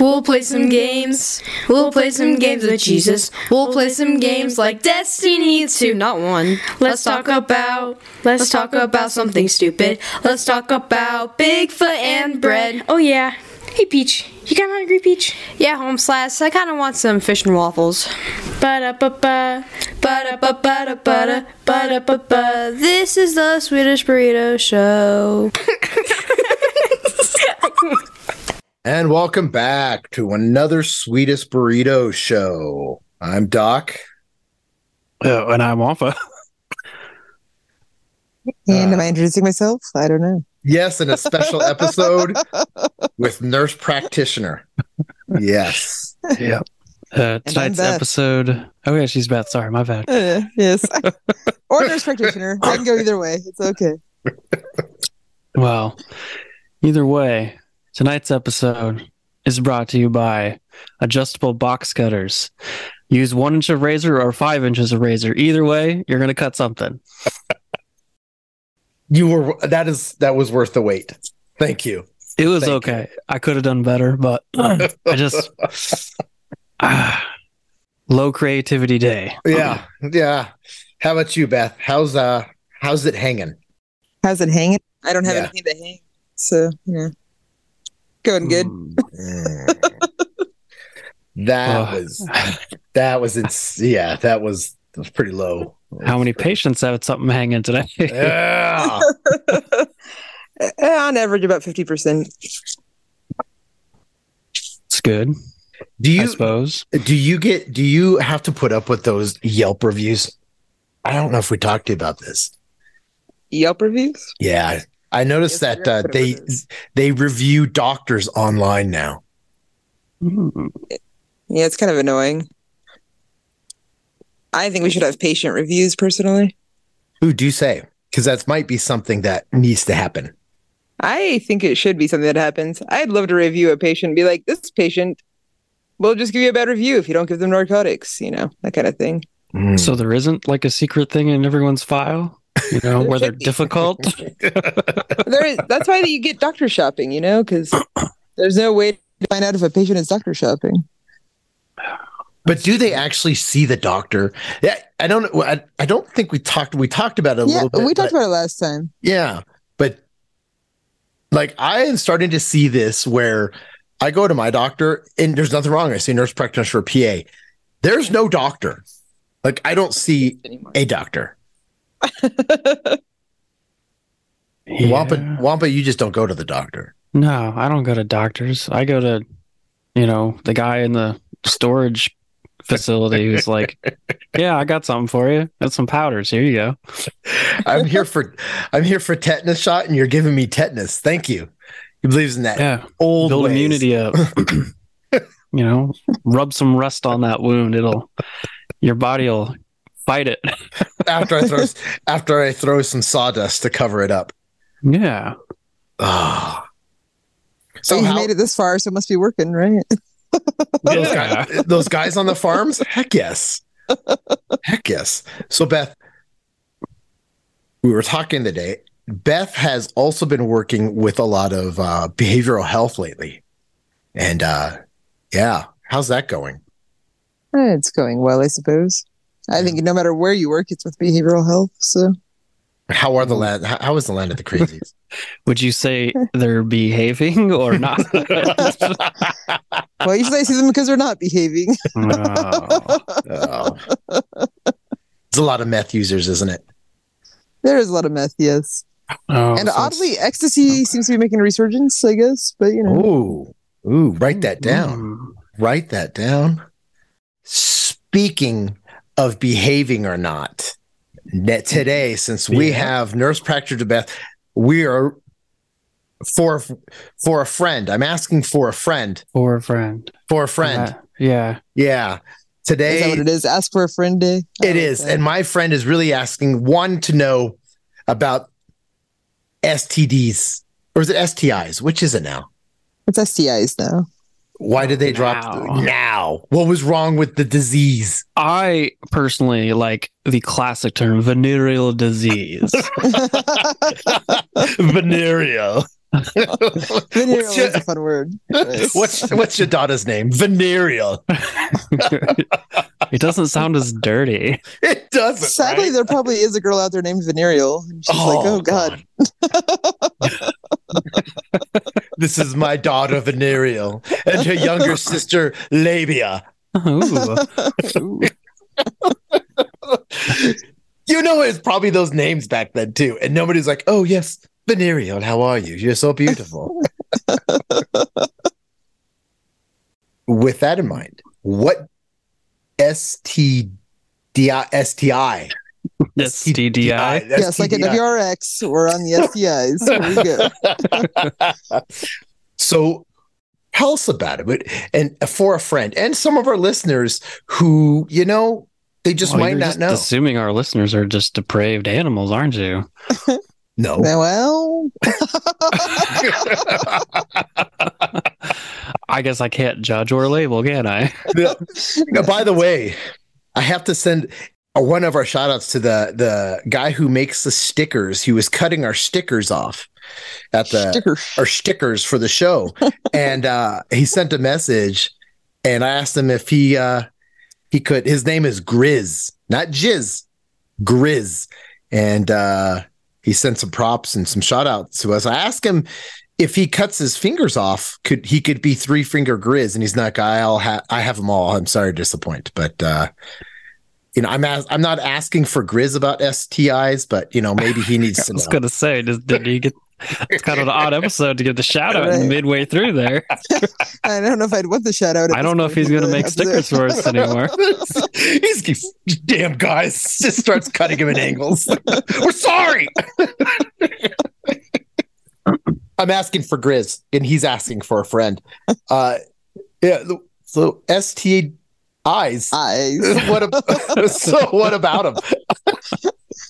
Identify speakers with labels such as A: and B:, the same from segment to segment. A: We'll play some games. We'll play some games with Jesus. We'll play some games like Destiny 2. Not one. Let's talk about. Let's talk about something stupid. Let's talk about Bigfoot and bread.
B: Oh yeah. Hey Peach, you kind of hungry, Peach?
A: Yeah, home slash. I kind of want some fish and waffles.
B: Ba ba ba.
A: Ba ba ba ba ba ba ba. This is the Swedish burrito show.
C: And welcome back to another Sweetest Burrito show. I'm Doc.
D: Oh, and I'm Wampa.
E: And am I introducing myself? I don't know.
C: Yes, in a special episode with nurse practitioner. Yes.
D: Yeah. Uh,
E: I'm
D: tonight's
E: Beth.
D: episode. Oh yeah, she's Beth. Sorry, my bad.
E: Uh, yes. or nurse practitioner. I can go either way. It's okay.
D: Well, either way, tonight's episode is brought to you by adjustable box cutters. Use one inch of razor or five inches of razor. Either way, you're gonna cut something.
C: You were that is that was worth the wait. Thank you.
D: It was
C: Thank
D: okay. I could have done better, but I just Ah, low creativity day.
C: Yeah. Yeah. How about you, Beth? How's uh how's it hanging?
E: How's it hanging? I don't have
C: Yeah.
E: anything to hang. So, you know, going good.
C: Mm. that
D: Ugh.
C: Mm. was that was it's yeah, that was that was pretty low.
D: How many patients have something hanging today?
C: Yeah.
E: Uh, On average, about 50%.
D: it's good,
C: Do
D: I
C: you
D: suppose.
C: Do you get do you have to put up with those Yelp reviews? I don't know if we talked to you about this.
E: Yelp reviews?
C: Yeah. I noticed
E: Yes,
C: that uh,
E: whatever
C: they
E: it is.
C: they review doctors online now.
D: Hmm.
E: Yeah, it's kind of annoying. I think we should have patient reviews personally.
C: Who do you say? Because that might be something that needs to happen.
E: I think it should be something that happens. I'd love to review a patient and be like, this patient will just give you a bad review if you don't give them narcotics, you know, that kind of thing.
D: So there isn't like a secret thing in everyone's file, you know,
E: There
D: where they're
E: should be.
D: difficult.
E: there is, that's why you get doctor shopping, you know, because there's no way to find out if a patient is doctor shopping.
C: But do they actually see the doctor? Yeah, I don't. I, I don't think we talked. We talked about it a
E: yeah,
C: little bit.
E: we
C: but-
E: talked about it last time.
C: Yeah, but like I am starting to see this where I go to my doctor and there's nothing wrong. I see nurse practitioner PA. There's no doctor. Like I don't see a doctor. Wampa,
D: Yeah.
C: Wampa, you just don't go to the doctor.
D: No, I don't go to doctors. I go to, you know, the guy in the storage facility who's like, "Yeah, I got something for you. Got some powders. Here you go."
C: I'm here for I'm here for tetanus shot and you're giving me tetanus. Thank you. He believes in that
D: Yeah,
C: old
D: build
C: ways.
D: immunity up. you know, rub some rust on that wound. It'll your body'll fight it.
C: after I throw after I throw some sawdust to cover it up.
D: Yeah.
C: Ah.
E: So you made it this far, so it must be working, right?
C: those,
D: Yeah.
C: guys, those guys on the farms? Heck yes. Heck yes. So, Beth, we were talking today. Beth has also been working with a lot of uh, behavioral health lately. And uh, yeah, how's that going?
E: Eh, It's going well, I suppose. I think no matter where you work, it's with behavioral health. So
C: How
D: Mm.
C: are the land? How, how is the land of the crazies?
D: Would you say they're behaving or not?
E: well, usually I see them because they're not behaving.
D: Oh.
C: oh. It's a lot of meth users, isn't it?
E: there is a lot of meth, yes.
D: Oh,
E: and
D: so it's-
E: oddly, ecstasy seems to be making a resurgence, I guess. But you know,
C: Ooh, ooh, write that down.
D: Mm.
C: Write that down. Speaking of behaving or not, net today, since we
D: Yeah.
C: have nurse practitioner Beth, we are for for a friend. I'm asking for a friend.
D: Or a friend.
C: For a friend.
D: Uh, yeah.
C: Yeah.
E: is that
C: Today
E: what it is? Ask for a friend day. Oh, I
C: Oh, it
E: like
C: is.
E: that.
C: And my friend is really asking one to know about STDs. Or is it STIs? Which is it now?
E: it's STIs now.
C: Why did they drop
D: Now.
C: now? What was wrong with the disease?
D: I personally like the classic term venereal disease.
C: Venereal.
E: Venereal
C: What's your-
E: is a fun word.
C: what's what's your daughter's name? Venereal.
D: it doesn't sound as dirty.
C: It doesn't.
E: Sadly,
C: right?
E: there probably is a girl out there named Venereal. And she's like, oh god.
C: God. this is my daughter Venereal and her younger sister Labia.
D: Ooh. Ooh.
C: You know, it's probably those names back then too, and nobody's like, "Oh yes, Venereal, how are you? You're so beautiful." With that in mind, what STDI STI
D: STDI.
C: That's
E: yes, like at
C: TDI.
E: WRX, we're on the STIs. Here we go.
C: so tell us about it. But and for a friend and some of our listeners who, you know, they just
D: Well,
C: might
D: Oh, you're
C: not
D: just
C: know.
D: Assuming our listeners are just depraved animals, aren't you?
C: no.
E: Well,
D: I guess I can't judge or label, can I?
C: Now, By the way, I have to send a- one of our shout outs to the the guy who makes the stickers. He was cutting our stickers off at the
E: sticker.
C: our stickers for the show. and uh, he sent a message and I asked him if he uh, he could his name is Grizz, not Jizz, Grizz. And uh, he sent some props and some shout outs to us. I asked him if he cuts his fingers off, could he could be three finger Grizz? And he's not. I'll ha- I have them all. I'm sorry to disappoint, but uh, you know, I'm as- I'm not asking for Grizz about STIs, but you know, maybe he needs
D: I
C: to.
D: was
C: know.
D: gonna say, does, did you get? It's kind of an odd episode to get the shout out
E: Right.
D: midway through there.
E: I don't know if I'd want the shout out. at
D: I
E: this
D: don't know if
E: point
D: he's
E: in
D: gonna
E: the
D: make
E: episode.
D: stickers for us anymore.
C: he's, he's- damn guys just starts cutting him at angles. We're sorry. I'm asking for Grizz, and he's asking for a friend. Uh, yeah. So STIs.
E: Eyes.
C: what? ab- so what about him?
E: What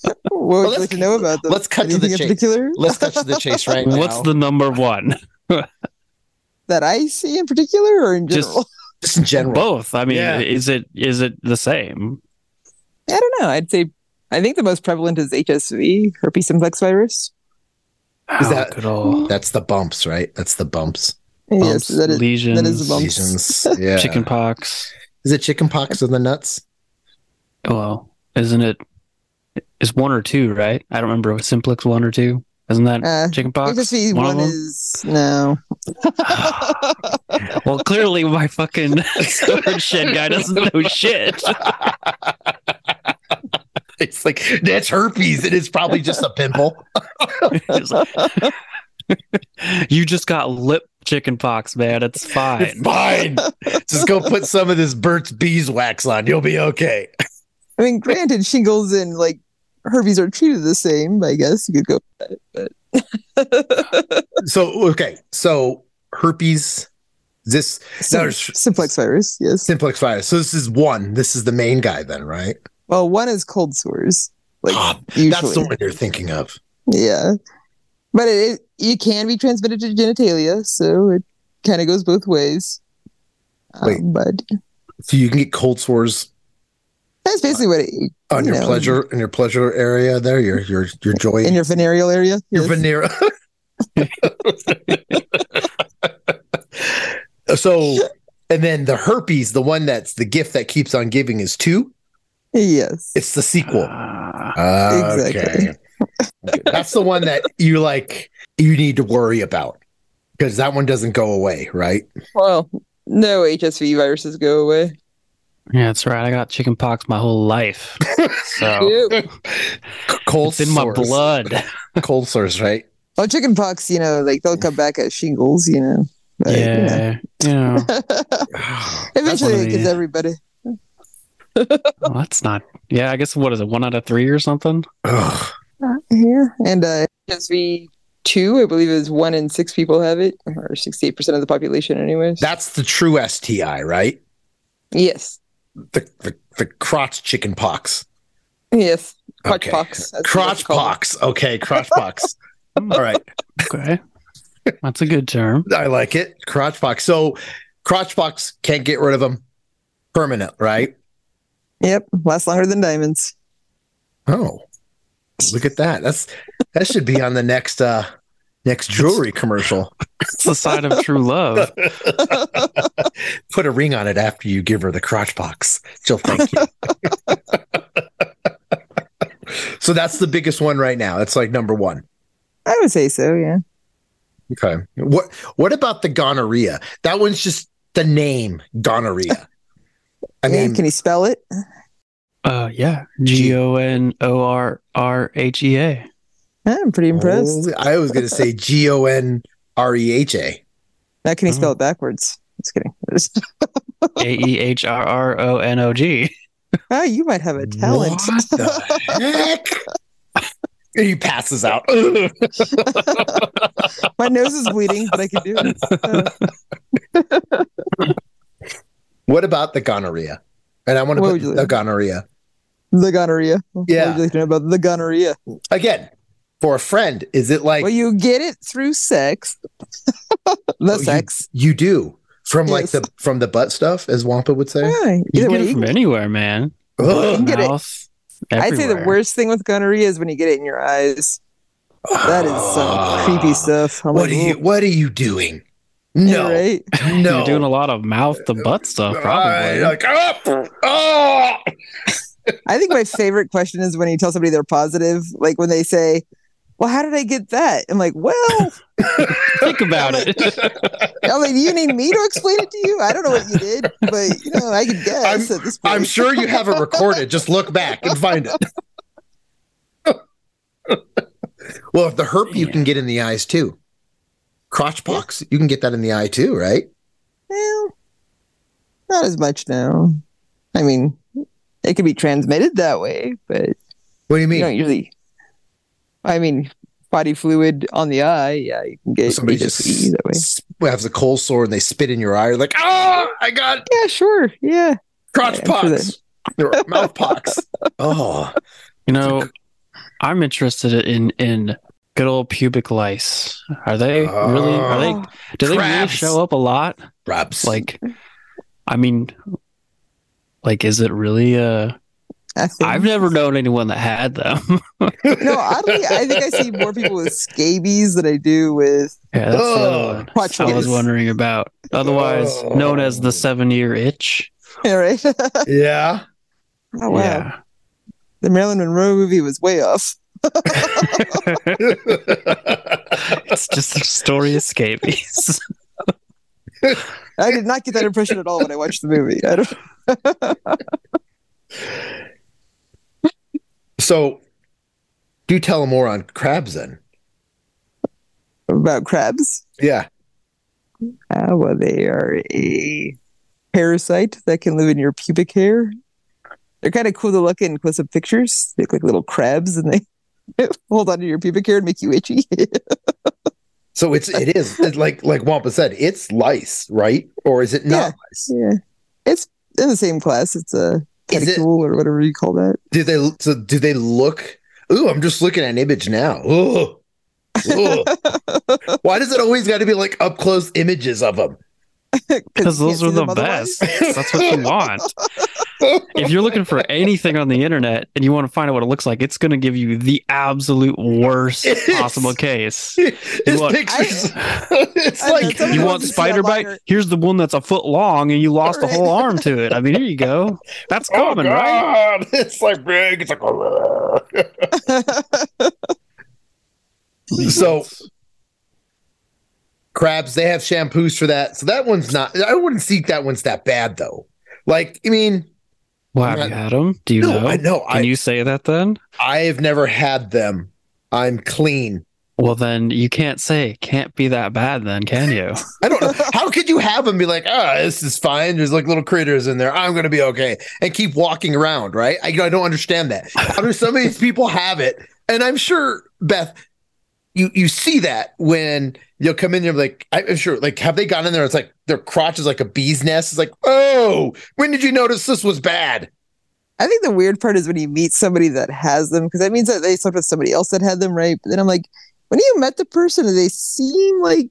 E: would
C: Well,
E: you
C: let's-
E: like to know about them?
C: Let's cut to
E: Anything
C: the
E: in
C: chase.
E: particular
C: Let's cut to the chase right now.
D: What's the number one?
E: that I see in particular, or in
D: Just-
E: general?
C: just in general?
D: Both. I mean,
C: Yeah.
D: is it is it the same?
E: I don't know. I'd say I think the most prevalent is HSV, herpes simplex virus.
C: Is
D: Oh,
C: that-
D: good old
C: That's the bumps, right? That's the bumps.
E: yes,
D: bumps,
E: that is.
D: lesions,
E: is a bump. Bumps.
C: Lesions. Yeah.
D: chicken pox? Oh,
C: Is it chicken pox in the nuts?
D: Well, isn't it? It's one or two, right? I don't remember. Was Simplex one or two? Isn't that
E: Uh,
D: chicken pox?
E: HSV
D: One
E: one,
D: of them?
E: is no.
D: well, clearly my fucking storage shed guy doesn't know shit.
C: It's like that's herpes. It is probably just a pimple.
D: He's like, you just got lip chicken pox, man. It's fine.
C: Fine. Just go put some of this Burt's beeswax on. You'll be okay.
E: I mean, granted, shingles and like herpes are treated the same. I guess you could go. with that,
C: So okay. So herpes. This
E: But
C: No,
E: Sim-
C: it's-
E: simplex virus, yes.
C: simplex virus. So this is one. This is the main guy then, right?
E: Well, one is cold sores, like
C: Ah,
E: usually.
C: that's the one you're thinking of.
E: Yeah, but it, it you can be transmitted to genitalia, so it kind of goes both ways.
C: Wait.
E: Um, but
C: So you can get cold sores
E: that's basically what it
C: on your
E: No.
C: pleasure in your pleasure area there. Your your your joy.
E: in your venereal area.
C: your
E: yes.
C: veneer. so and then the herpes, the one that's the gift that keeps on giving is two.
E: yes.
C: It's the sequel.
D: Ah,
E: Exactly.
C: Okay. That's the one that you like you need to worry about because that one doesn't go away, right?
E: Well, no HSV viruses go away.
D: yeah, that's right. I got chicken pox my whole life.
C: Oh.
D: So
E: Yep.
C: C- Cold
D: it's in my
C: sores.
D: blood.
C: Cold sores, right?
E: Oh, chicken pox, you know, like they'll come back as shingles, you know. But, you know.
D: Yeah. Yeah.
E: Eventually
D: one of
E: it gets
D: the-
E: everybody.
D: Well, that's not. Yeah, I guess what is it? One out of three or something?
C: Ugh.
E: Yeah. And uh, HSV two, I believe, is one in six people have it, or sixty-eight percent of the population, anyways.
C: That's the true STI, right?
E: yes,
C: The the, the crotch chicken pox.
E: yes, crotch
C: Okay.
E: pox. that's what it's
C: Crotch
E: called.
C: pox. Okay, crotch pox.
D: Hmm,
C: All right.
D: Okay. That's a good term.
C: I like it. Crotch box. So crotch box can't get rid of them. Permanent, right?
E: Yep, lasts longer than diamonds.
C: Oh. Look at that. That's that should be on the next uh Next jewelry commercial.
D: It's the sign of true love.
C: Put a ring on it after you give her the crotch box. She'll thank you. so that's the biggest one right now. It's like number one.
E: I would say so, yeah.
C: Okay. What What about the gonorrhea? That one's just the name gonorrhea. I
E: Yeah,
C: mean,
E: can you spell it?
D: Uh, yeah. G O N O R R H E A.
E: I'm pretty impressed.
C: holy- Oh, I was going to say G O N R E H A.
E: Now can
D: Oh.
E: you
C: Mm-hmm.
E: spell it backwards? Just kidding.
D: A E H R R O N O G.
E: oh, you might have a talent.
C: What the heck? He passes out. Ugh.
E: My nose is bleeding, but I can do it. Uh,
C: what about the gonorrhea? And I want to
E: What
C: put
E: would you
C: the
E: like?
C: gonorrhea
E: the gonorrhea. What would
C: Yeah.
E: you like to know about the gonorrhea?
C: again for a friend. Is it like
E: well, you get it through sex. the
C: Oh, you-
E: sex.
C: you do from like
E: Yes.
C: the from the butt stuff, as Wampa would say?
E: Yeah,
D: You
E: either
D: can get
E: way,
D: it
E: Ah, you
D: from anywhere, man.
C: Ugh.
E: You get it.
D: Mouth,
E: I'd say the
D: everywhere.
E: worst thing with gonorrhea is when you get it in your eyes. That is some creepy stuff. I'm
C: Ah, What
E: like,
C: are you?
E: "Ooh,
C: What are you doing?
E: yeah,
C: No,
E: right?
C: no.
D: You're doing a lot of mouth to butt stuff,
C: I-
D: probably.
C: like, oh, oh.
E: I think my favorite question is when you tell somebody they're positive, like when they say, "Well, how did I get that?" I'm like, "Well,
D: Think about it.
E: I'm like, you need me to explain it to you? I don't know what you did, but you know, I could guess at this point."
C: I'm sure you have it recorded. Just look back and find it. well, if the herp you can get in the eyes too. Crotch pox, you can get that in the eye too, right?
E: Well, not as much now. I mean, it could be transmitted that way, but
C: What do you
E: you
C: mean?
E: don't usually. I mean, body fluid on the eye. Yeah, you can get
C: Somebody just
E: HSV that way.
C: s- has a cold sore and they spit in your eye. You're like, oh, I got
E: Yeah, sure. Yeah.
C: crotch
E: Yeah, I'm sure
C: pox, or mouth pox. Oh,
D: You know, I'm interested in in good old pubic lice. Are they really? Are
E: Oh.
D: they? Do they really
C: Crabs.
D: show up a lot?
C: Rob's
D: Like, I mean, like, is it really? Uh,
E: I think.
D: I've never known anyone that had them.
E: no, oddly, I think I see more people with scabies than I do with.
D: yeah, that's the
C: Oh.
D: other one
E: Crotch
D: I was
E: lice.
D: wondering about. Otherwise known as the seven-year itch.
E: Yeah, right. oh
C: yeah.
E: wow,
D: Yeah.
E: the Marilyn Monroe movie was way off.
D: It's just a story of scabies.
E: I did not get that impression at all when I watched the movie. I don't.
C: so, do tell more on crabs then.
E: About crabs.
C: Yeah.
E: Ah, well, they are a parasite that can live in your pubic hair. They're kind of cool to look at in close up pictures. They look like little crabs and they hold onto your pubic hair and make you itchy.
C: So it's it is it's like like Wampa said, it's lice, right? Or is it not
E: Yeah.
C: lice?
E: yeah. It's in the same class. It's a
C: Is it-
E: pedicule or whatever you call that.
C: Do they so do they look? Ooh, I'm just looking at an image now. Ooh. Ooh. Why does it always got to be like up close images of them?
D: Because
E: you
D: those
E: can't
D: are
E: see
D: the
E: them otherwise.
D: best. That's what you want. If you're looking for anything on the internet and you want to find out what it looks like, it's going to give you the absolute worst
C: It is.
D: possible case.
C: His
D: want-
C: pictures. it's
E: I-
C: like
E: Someone
D: you
E: wants
D: want
E: to see a
D: spider
E: liner.
D: bite? Here's the one that's a foot long and you lost a
E: Right.
D: whole arm to it. I mean, here you go. That's
C: Oh,
D: common, right?
C: right? It's like big. It's like so. Crabs, they have shampoos for that. So that one's not. I wouldn't think that one's that bad though. Like, I mean,
D: Well, have you had them? Do you
C: no,
D: know?
C: I
D: Can
C: know. I
D: you say that then?
C: I've never had them. I'm clean.
D: Well, then you can't say can't be that bad, then, can you?
C: I don't know. How could you have them be like, ah, this is fine. There's like little critters in there. I'm going to be okay. And keep walking around, right? I, I don't understand that. How do some of these people have it? And I'm sure, Beth, you, you see that when you'll come in there, like, I'm sure, like, have they gone in there? It's like their crotch is like a bee's nest. It's like, oh, when did you notice this was bad?
E: I think the weird part is when you meet somebody that has them, because that means that they slept with somebody else that had them, right? But then I'm like, when you met the person, do they seem like,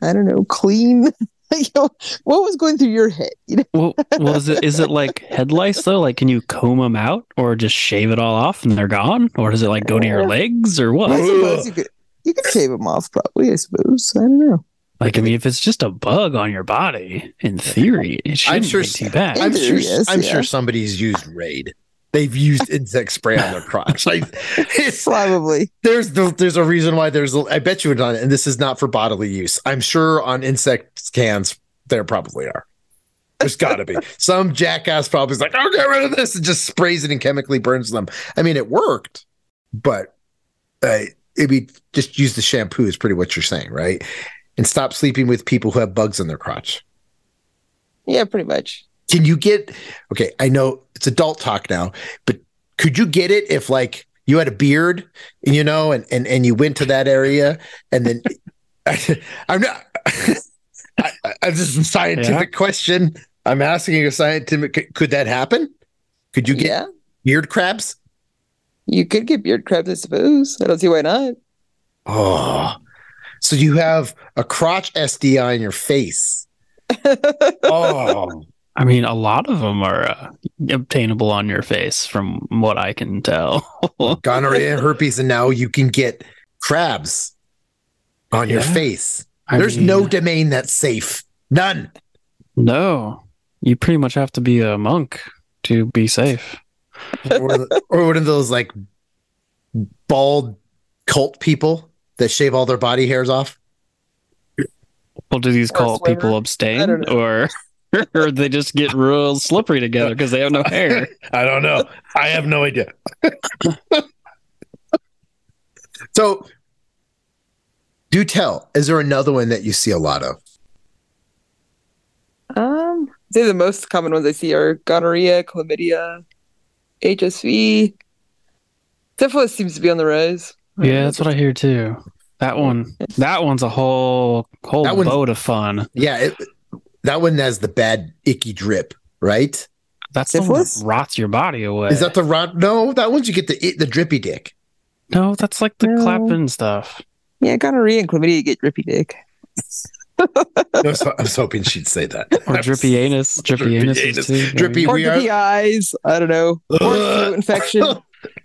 E: I don't know, clean? like, you know, what was going through your head? You know,
D: well, well, is it is it like head lice though? Like, can you comb them out, or just shave it all off and they're gone, or does it like go to your legs, or
E: I
D: what?
E: suppose you could. you could shave them off, probably. I suppose. I don't know.
D: Like, I mean, if it's just a bug on your body, in theory, it shouldn't
C: sure
D: be too bad.
E: I-
C: I'm sure.
E: Yes,
C: I'm
E: yeah.
C: sure somebody's used Raid. They've used insect spray on their crotch. Like, it's,
E: Probably.
C: there's the, there's a reason why there's. I bet you it's on. And this is not for bodily use. I'm sure on insect scans there probably are. There's got to be some jackass probably is like, "I'll get rid of this," and just sprays it and chemically burns them. I mean, it worked, but uh, it'd be just use the shampoo is pretty what you're saying, right? And stop sleeping with people who have bugs in their crotch.
E: Yeah, pretty much.
C: can you get okay i know it's adult talk now but could you get it if like you had a beard you know and and, and you went to that area and then I, i'm not I, I- i'm just a scientific question i'm asking you a scientific could, could that happen could you get
E: yeah,
C: beard crabs
E: you could get beard crabs, I suppose. I don't see why not.
C: oh so you have a crotch sdi on your face oh
D: I mean, a lot of them are uh, obtainable on your face, from what I can tell.
C: gonorrhea herpes and now you can get crabs on your
D: Yeah.
C: face
D: I
C: There's
D: mean,
C: no domain that's safe. None.
D: no. You pretty much have to be a monk to be safe.
C: or, or one of those like bald cult people that shave all their body hairs off.
D: Well, do these
E: Or a
D: cult
E: swimmer.
D: people
E: I
D: abstain,
E: don't
D: or or they just get real slippery together because they have no hair?
C: I don't know. I have no idea. so do tell. Is there another one that you see a lot of?
E: Um, I'd say the most common ones I see are gonorrhea, chlamydia, HSV. Syphilis seems to be on the rise.
D: Yeah, that's what I hear too. That one, that one's a whole whole
C: That one's-
D: boat of fun.
C: Yeah, it, that one has the bad icky drip, right?
D: That's the one that
E: Syphilis?
D: rots your body away.
C: Is that the rod? No, that one's you get the it, the drippy dick.
D: no? That's like the
E: No.
D: clapping stuff.
E: Yeah, gonorrhea and chlamydia get drippy dick.
C: No, so, I was hoping she'd say that.
D: Or drippy anus, drippy,
C: Drippy
D: anus,
C: anus.
D: is too.
C: Drippy-
E: Or
C: We are-
E: drippy eyes. I don't know. Or
C: Ugh.
E: throat infection.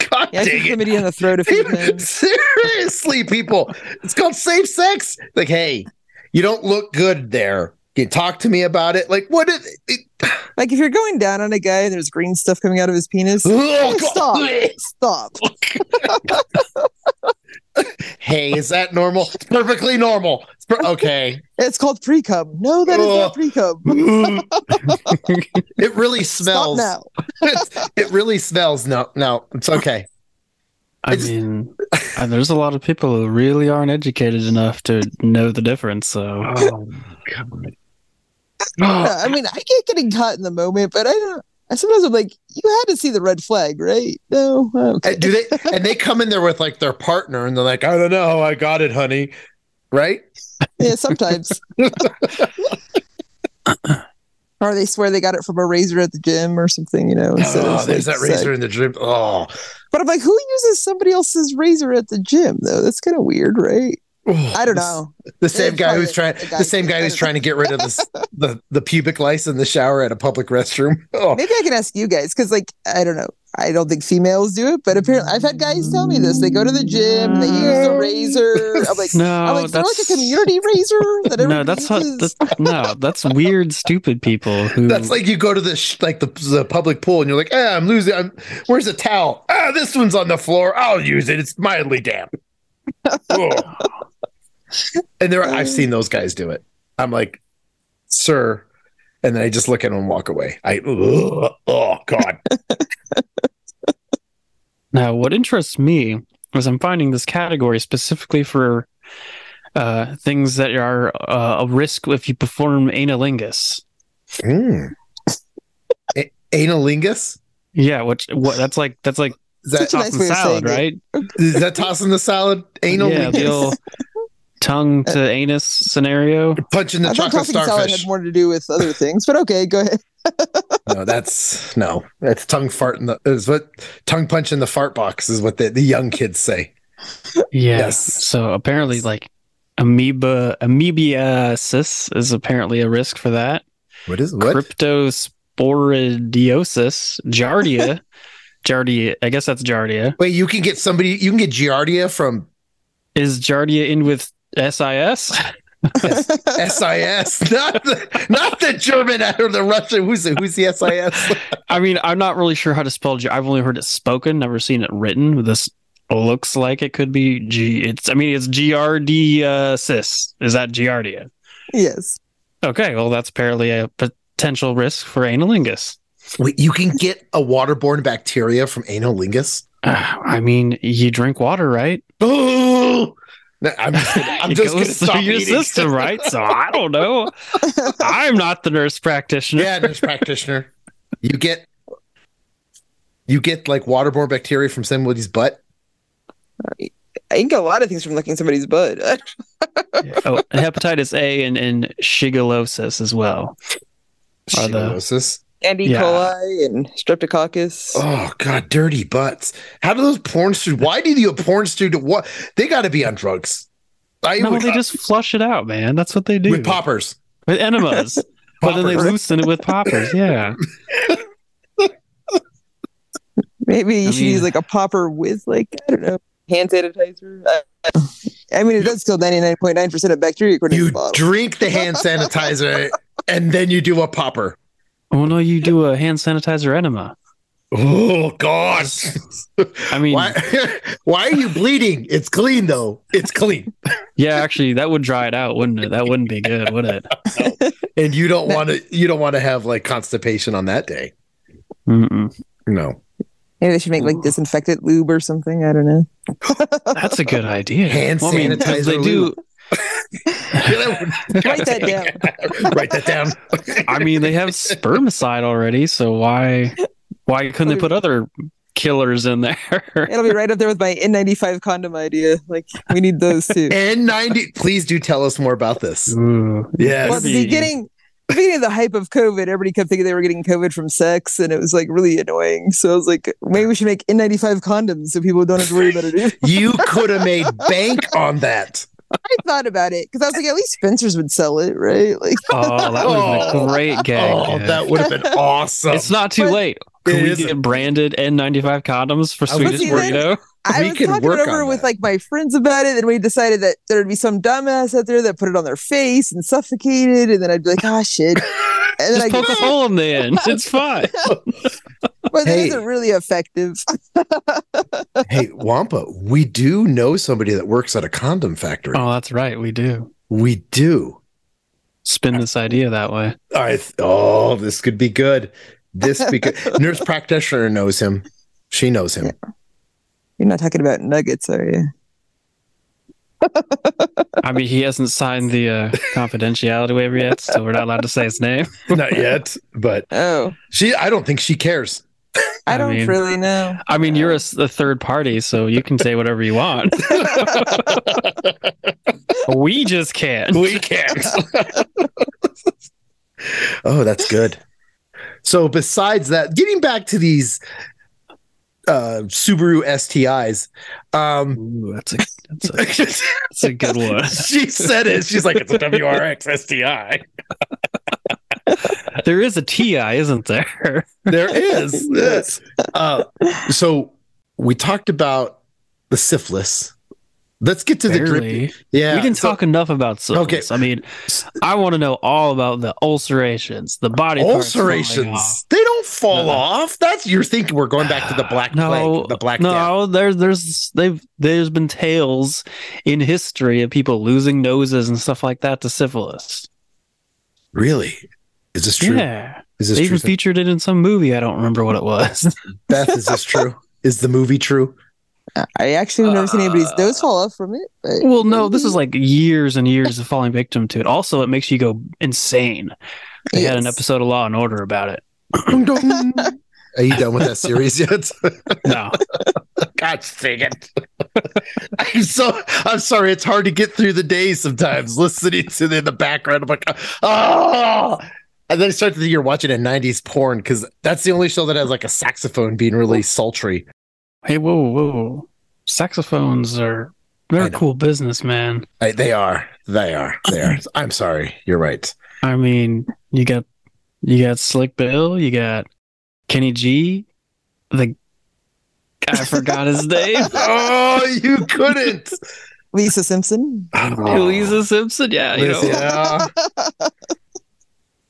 C: God
E: Yeah,
C: dang
E: I see
C: it.
E: chlamydia in the throat a few times.
C: Seriously, people, it's called safe sex. Like, hey, you don't look good there. Can you talk to me about it? Like, what is it?
E: Like if you're going down on a guy and there's green stuff coming out of his penis,
C: Oh,
E: Hey, stop.
C: God.
E: stop.
C: Hey, is that normal? It's perfectly normal. It's per- okay.
E: It's called pre cum. No, that is
C: Ugh.
E: not pre cum.
C: It really
E: Stop
C: smells.
E: now.
C: it really smells. No, no, it's okay.
D: I
C: It's-
D: mean, uh, there's a lot of people who really aren't educated enough to know the difference. So,
C: Oh,
E: Yeah, I mean, I get getting caught in the moment, but I don't. I sometimes I'm like, you had to see the red flag, right? No, oh, okay.
C: And do they? And they come in there with like their partner, and they're like, I don't know, I got it, honey. Right?
E: Yeah, sometimes. or they swear they got it from a razor at the gym or something, you know. instead
C: Oh,
E: of,
C: there's
E: like,
C: that razor
E: sex.
C: in the drip. Oh,
E: But I'm like, who uses somebody else's razor at the gym though? That's kind of weird, right? I don't know.
C: The same
E: It's
C: guy who's trying
E: probably the
C: the,
E: guy
C: same
E: who's
C: guy who's
E: better.
C: trying to get rid of this the, the pubic lice in the shower at a public restroom. Oh,
E: Maybe I can ask you guys because, like, I don't know. I don't think females do it, but apparently, I've had guys tell me this. They go to the gym and they use the razor. I'm like,
D: no,
E: I'm like, is there like
D: that's
E: a community razor that
D: no,
E: everyone
D: that's how,
E: uses?
D: that's no, that's weird, stupid people who
E: Mm.
C: that's like you go to the sh- like the, the public pool and you're like, ah, I'm losing. I'm, where's the towel? Ah, this one's on the floor. I'll use it. It's mildly damp. Oh. and there, I've seen those guys do it. I'm like, sir, and then I just look at them and walk away. I ugh, oh god,
D: Now, what interests me is I'm finding this category specifically for uh, things that are uh, a risk if you perform analingus.
C: mm. A- analingus.
D: Yeah, which what that's like that's like
C: Is that
E: Such a nice
D: tossing
E: way of
D: salad,
E: saying it.
D: right?
C: is that tossing the salad? Anal
D: yeah, the old tongue
E: Uh,
D: to anus scenario.
C: punching the
E: I thought
C: chocolate
E: tossing salad
C: starfish.
E: had more to do with other things, but okay, go ahead.
C: no, that's no, that's tongue fart in the is what tongue punch in the fart box is what the, the young kids say.
D: Yeah.
C: Yes.
D: So apparently, like amoeba amoebiasis is apparently a risk for that.
C: What is what?
D: Cryptosporidiosis, giardia, giardia. I guess that's giardia.
C: Wait, you can get somebody. You can get giardia from
D: Is Jardia in with SIS?
C: SIS, not the not the German or the Russian. Who's the, who's the SIS?
D: I mean, I'm not really sure how to spell G. I've only heard it spoken, never seen it written. This looks like it could be G. It's, I mean, it's GRD uh, cis. Is that Giardia?
E: Yes.
D: Okay, well, that's apparently a potential risk for analingus.
C: Wait, you can get a waterborne bacteria from analingus.
D: Uh, I mean, you drink water, right?
C: Oh, No, I'm just gonna, I'm
D: it
C: just
D: goes
C: gonna stop
D: through your
C: eating.
D: system, right? So I don't know. I'm not the nurse practitioner.
C: yeah, nurse practitioner. You get you get like waterborne bacteria from somebody's butt.
E: I can get a lot of things from licking somebody's butt.
D: Oh, and hepatitis A and, and shigellosis as well. Are the-
C: Shigellosis.
E: and E.
D: Yeah.
E: coli and streptococcus.
C: Oh god, dirty butts. How do those porn students? Why do you porn student? What they got to be on drugs? I
D: No,
C: would- uh,
D: they just flush it out, man. That's what they do
C: with poppers.
D: With enemas. But then they
C: Poppers.
D: loosen it with poppers. Yeah.
E: Maybe you
D: I
E: should
D: mean-
E: use like a popper with like I don't know hand sanitizer. I, I mean, it does kill ninety nine point nine percent of bacteria according to
C: You
E: the bottle.
C: drink the hand sanitizer and then you do a popper.
D: Well, Oh, no, you do a hand sanitizer enema.
C: Oh god.
D: I mean,
C: why, why are you bleeding? It's clean though. It's clean.
D: yeah, actually, that would dry it out, wouldn't it? That wouldn't be good, would it?
C: And you don't want to you don't want to have like constipation on that day.
D: Mm-mm.
C: No.
E: Maybe they should make like disinfectant lube or something. I don't know.
D: That's a good idea.
C: Hand
D: Well, I mean, 'cause they
C: sanitizer
D: do.
E: Write that down.
C: Write that down.
D: I mean, they have spermicide already, so why why couldn't they put other killers in there?
E: It'll be right up there with my N ninety five condom idea. Like we need those too.
C: N90. Please do tell us more about this.
D: Ooh.
C: Yes.
E: well, at
D: Maybe.
E: the beginning, the beginning of the hype of COVID, everybody kept thinking they were getting COVID from sex, and it was like really annoying. So I was like, maybe we should make N ninety five condoms so people don't have to worry about it. anymore.
C: You could have made bank on that.
E: I thought about it because I was like, at least Spencer's would sell it, right? Like.
D: Oh, that was a great gag.
C: Oh,
D: dude.
C: that would have been awesome.
D: it's not too
E: But-
D: late.
C: It
D: Can we
C: isn't.
D: get branded N95 condoms for
C: I would
D: Swedish
E: see that.
D: burrito?
E: I
C: We
E: was
C: can
E: talking
C: work
E: it over
C: on
E: with
C: that.
E: like my friends about it, and we decided that there would be some dumbass out there that put it on their face and suffocated, and then I'd be like, "Ah, shit!" And then
D: Just
E: I
D: poke a hole in the end. It's fine.
E: but
C: Hey.
E: that isn't really effective.
C: hey, Wampa, we do know somebody that works at a condom factory.
D: Oh, that's right. We do
C: We do.
D: spin this idea that way.
C: All right. Oh, this could be good. This be good. Nurse practitioner knows him. She knows him.
E: You're not talking about nuggets, are you?
D: I mean, he hasn't signed the uh, confidentiality waiver yet, so we're not allowed to say his name.
C: Not yet, but
E: Oh,
C: she. I don't think she cares.
E: I,
D: I
E: don't
D: mean-
E: really know.
D: I mean, you're a, s- a third party, so you can say whatever you want. we just can't.
C: We can't. oh, that's good. So besides that, getting back to these uh Subaru STIs, um
D: Ooh, that's a that's a, that's a good one.
C: she said it. She's like, it's a WRX STI.
D: There is a TI, isn't there?
C: There is. Yes. Uh, so we talked about the syphilis. Let's get to the
D: Barely.
C: drippy. Yeah.
D: we didn't
C: so-
D: talk enough about syphilis.
C: Okay.
D: I mean, I want to know all about the ulcerations, the body parts falling off.
C: ulcerations. They don't fall
D: No.
C: off. That's you're thinking we're going back to the black
D: No,
C: plague, the black death.
D: No, there's there's they've there's been tales in history of people losing noses and stuff like that to syphilis.
C: Really? Is this true?
D: Yeah,
C: Is
D: they
C: this
D: even
C: true?
D: featured it in some movie. I don't remember what it was.
C: Beth, is this true? Is the movie true?
E: I actually have never seen anybody's
D: Uh,
E: nose fall off from it. But
D: well, no, this is like years and years of falling victim to it. Also, it makes you go insane. They had an
E: Yes.
D: episode of Law and Order about it.
C: Are you done with that series yet?
D: No,
C: God dang it. I'm so I'm sorry, it's hard to get through the day sometimes listening to the, the background of like oh and then I start to think you're watching a 90s porn because that's the only show that has like a saxophone being really sultry.
D: hey, whoa, whoa, saxophones are
C: I
D: they're a
C: know.
D: cool business, man.
C: I- they are. They are. They are. I'm sorry. You're right.
D: I mean, you got you got Slick Bill, you got Kenny G, the I forgot his name.
C: Oh, you couldn't.
E: Lisa Simpson.
C: Oh.
D: Lisa Simpson, yeah, you know.
C: Yeah.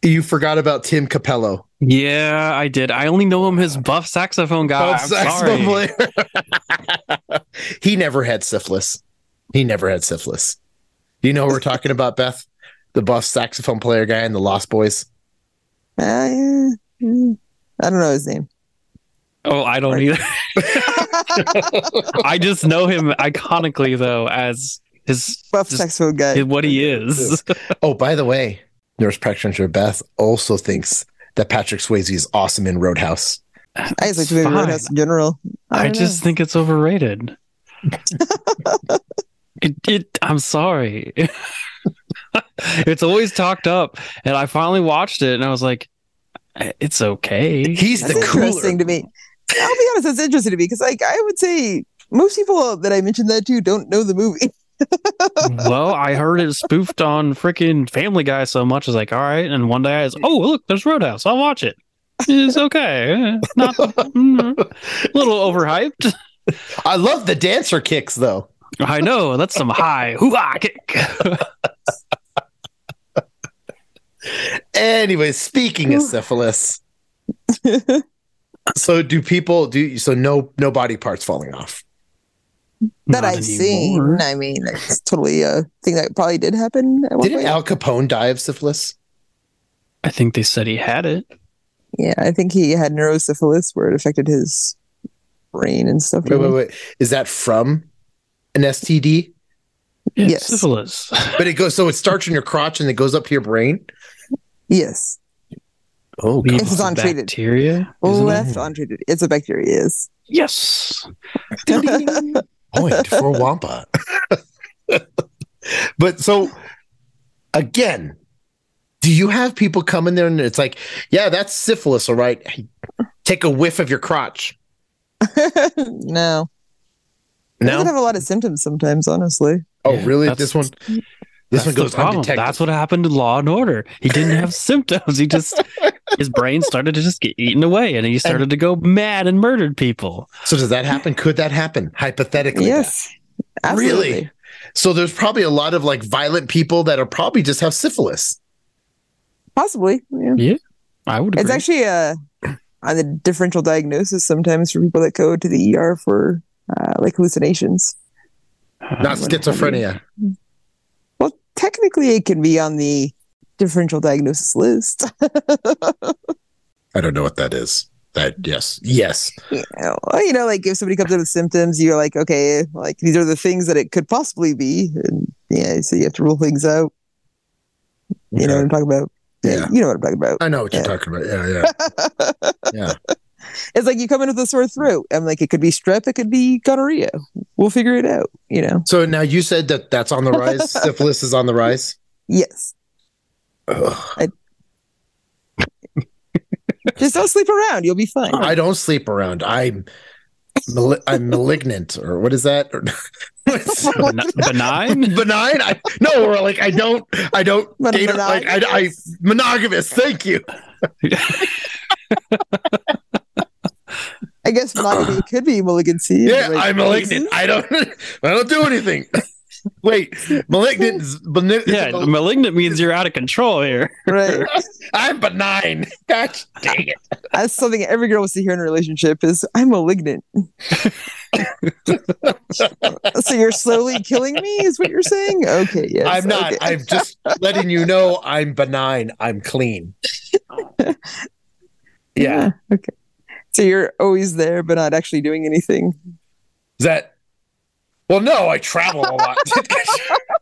C: you forgot about Tim Capello.
D: Yeah, I did. I only know him as buff saxophone guy.
C: Both
D: I'm
C: saxophone
D: sorry.
C: player. he never had syphilis. He never had syphilis. Do you know who we're talking about, Beth? The buff saxophone player guy in the Lost Boys.
E: Uh, yeah. Mm. I don't know his name.
D: Oh, I don't either. I just know him iconically though as his,
E: Buff
D: just
E: saxophone guy.
D: his- what he is.
C: Oh, by the way, nurse practitioner Beth also thinks that Patrick Swayze is awesome in Roadhouse.
E: I just like the movie
D: Fine.
E: Roadhouse in general.
D: I,
E: don't
D: just think it's overrated. it, it, I'm sorry. it's always talked up, and I finally watched it, and I was like, "It's okay."
C: He's
E: know. that's
C: the cooler.
E: interesting to me. I'll be honest, that's interesting to me because, like, I would say most people that I mentioned that to don't know the movie.
D: well, I heard it spoofed on freaking Family Guy so much. I was like, "All right," and one day I was, "Oh, look, there's Roadhouse. I'll watch it." It's okay. Eh, Not mm, a little overhyped.
C: I love the dancer kicks though.
D: I know that's some high hoo-ah kick.
C: Anyway, speaking of syphilis, so do people do so? No, no body parts falling off.
E: that
D: Not
E: I've
D: anymore.
E: seen. I mean, it's totally a thing that probably did happen. At one
C: Didn't
E: point.
C: Al Capone die of syphilis?
D: I think they said he had it.
E: yeah, I think he had neurosyphilis where it affected his brain and stuff.
C: Wait, wait, wait. Is that from an STD?
D: Yeah,
E: Yes.
D: syphilis.
C: But it goes so it starts in your crotch and it goes up to your brain.
E: Yes.
C: Oh,
D: Leads
E: This is
D: to
E: untreated.
D: Bacteria.
E: Well,
D: isn't it?
E: left untreated. It's a bacteria, yes.
D: Yes.
C: point for Wampa. but so again, do you have people come in there and it's like, yeah, that's syphilis, all right? Take a whiff of your crotch.
E: no. It
C: No,
E: doesn't have a lot of symptoms sometimes, honestly.
C: oh
D: Yeah,
C: really?
D: that's-
C: This one, this
D: That's
C: one
D: the
C: goes
D: problem.
C: undetected.
D: That's what happened to Law and Order. He didn't have symptoms. He just his brain started to just get eaten away, and he started to go mad and murdered people.
C: so does that happen? Could that happen hypothetically?
E: Yes. Absolutely.
C: Really? So there's probably a lot of like violent people that are probably just have syphilis.
E: Possibly. Yeah.
D: I would. Agree.
E: It's actually uh, on the differential diagnosis sometimes for people that go to the ER for uh, like hallucinations.
C: Not
E: what happened?
C: schizophrenia.
E: Well, technically, it can be on the differential diagnosis list.
C: I don't know what that is. That yes, yes.
E: you, know, you know, like if somebody comes up with symptoms, you're like, okay, like these are the things that it could possibly be. And yeah, so you have to rule things out. You know what I'm talking about?
C: Yeah.
E: You know what I'm talking about.
C: I know what you're
E: Yeah.
C: talking about. Yeah, yeah.
E: It's like you come in with a sore throat. I'm like, it could be strep, it could be gonorrhea. We'll figure it out, you know?
C: So now you said that that's on the rise. syphilis is on the rise.
E: Yes.
C: Ugh.
E: Just don't sleep around. You'll be fine.
C: I don't sleep around. I'm mali- I'm malignant, or what is that? Or- It's
D: Ben- benign.
C: benign. I no, or like I don't. I don't.
E: But
C: date- like I, I monogamous. Thank you.
E: I guess monogamy could be malignancy.
C: Yeah,
E: Like,
C: I'm malignant. I don't. I don't do anything. Wait, malignant. Is, benign-
D: Yeah, malignant means you're out of control here.
E: Right.
C: I'm benign. Gosh dang it.
E: That's something every girl wants to hear in a relationship is I'm malignant. so you're slowly killing me is what you're saying? Okay, yes.
C: I'm not.
E: okay.
C: I'm just letting you know I'm benign. I'm clean. Yeah.
E: Okay. So you're always there but not actually doing anything.
C: Is that? Well, no, I travel a lot.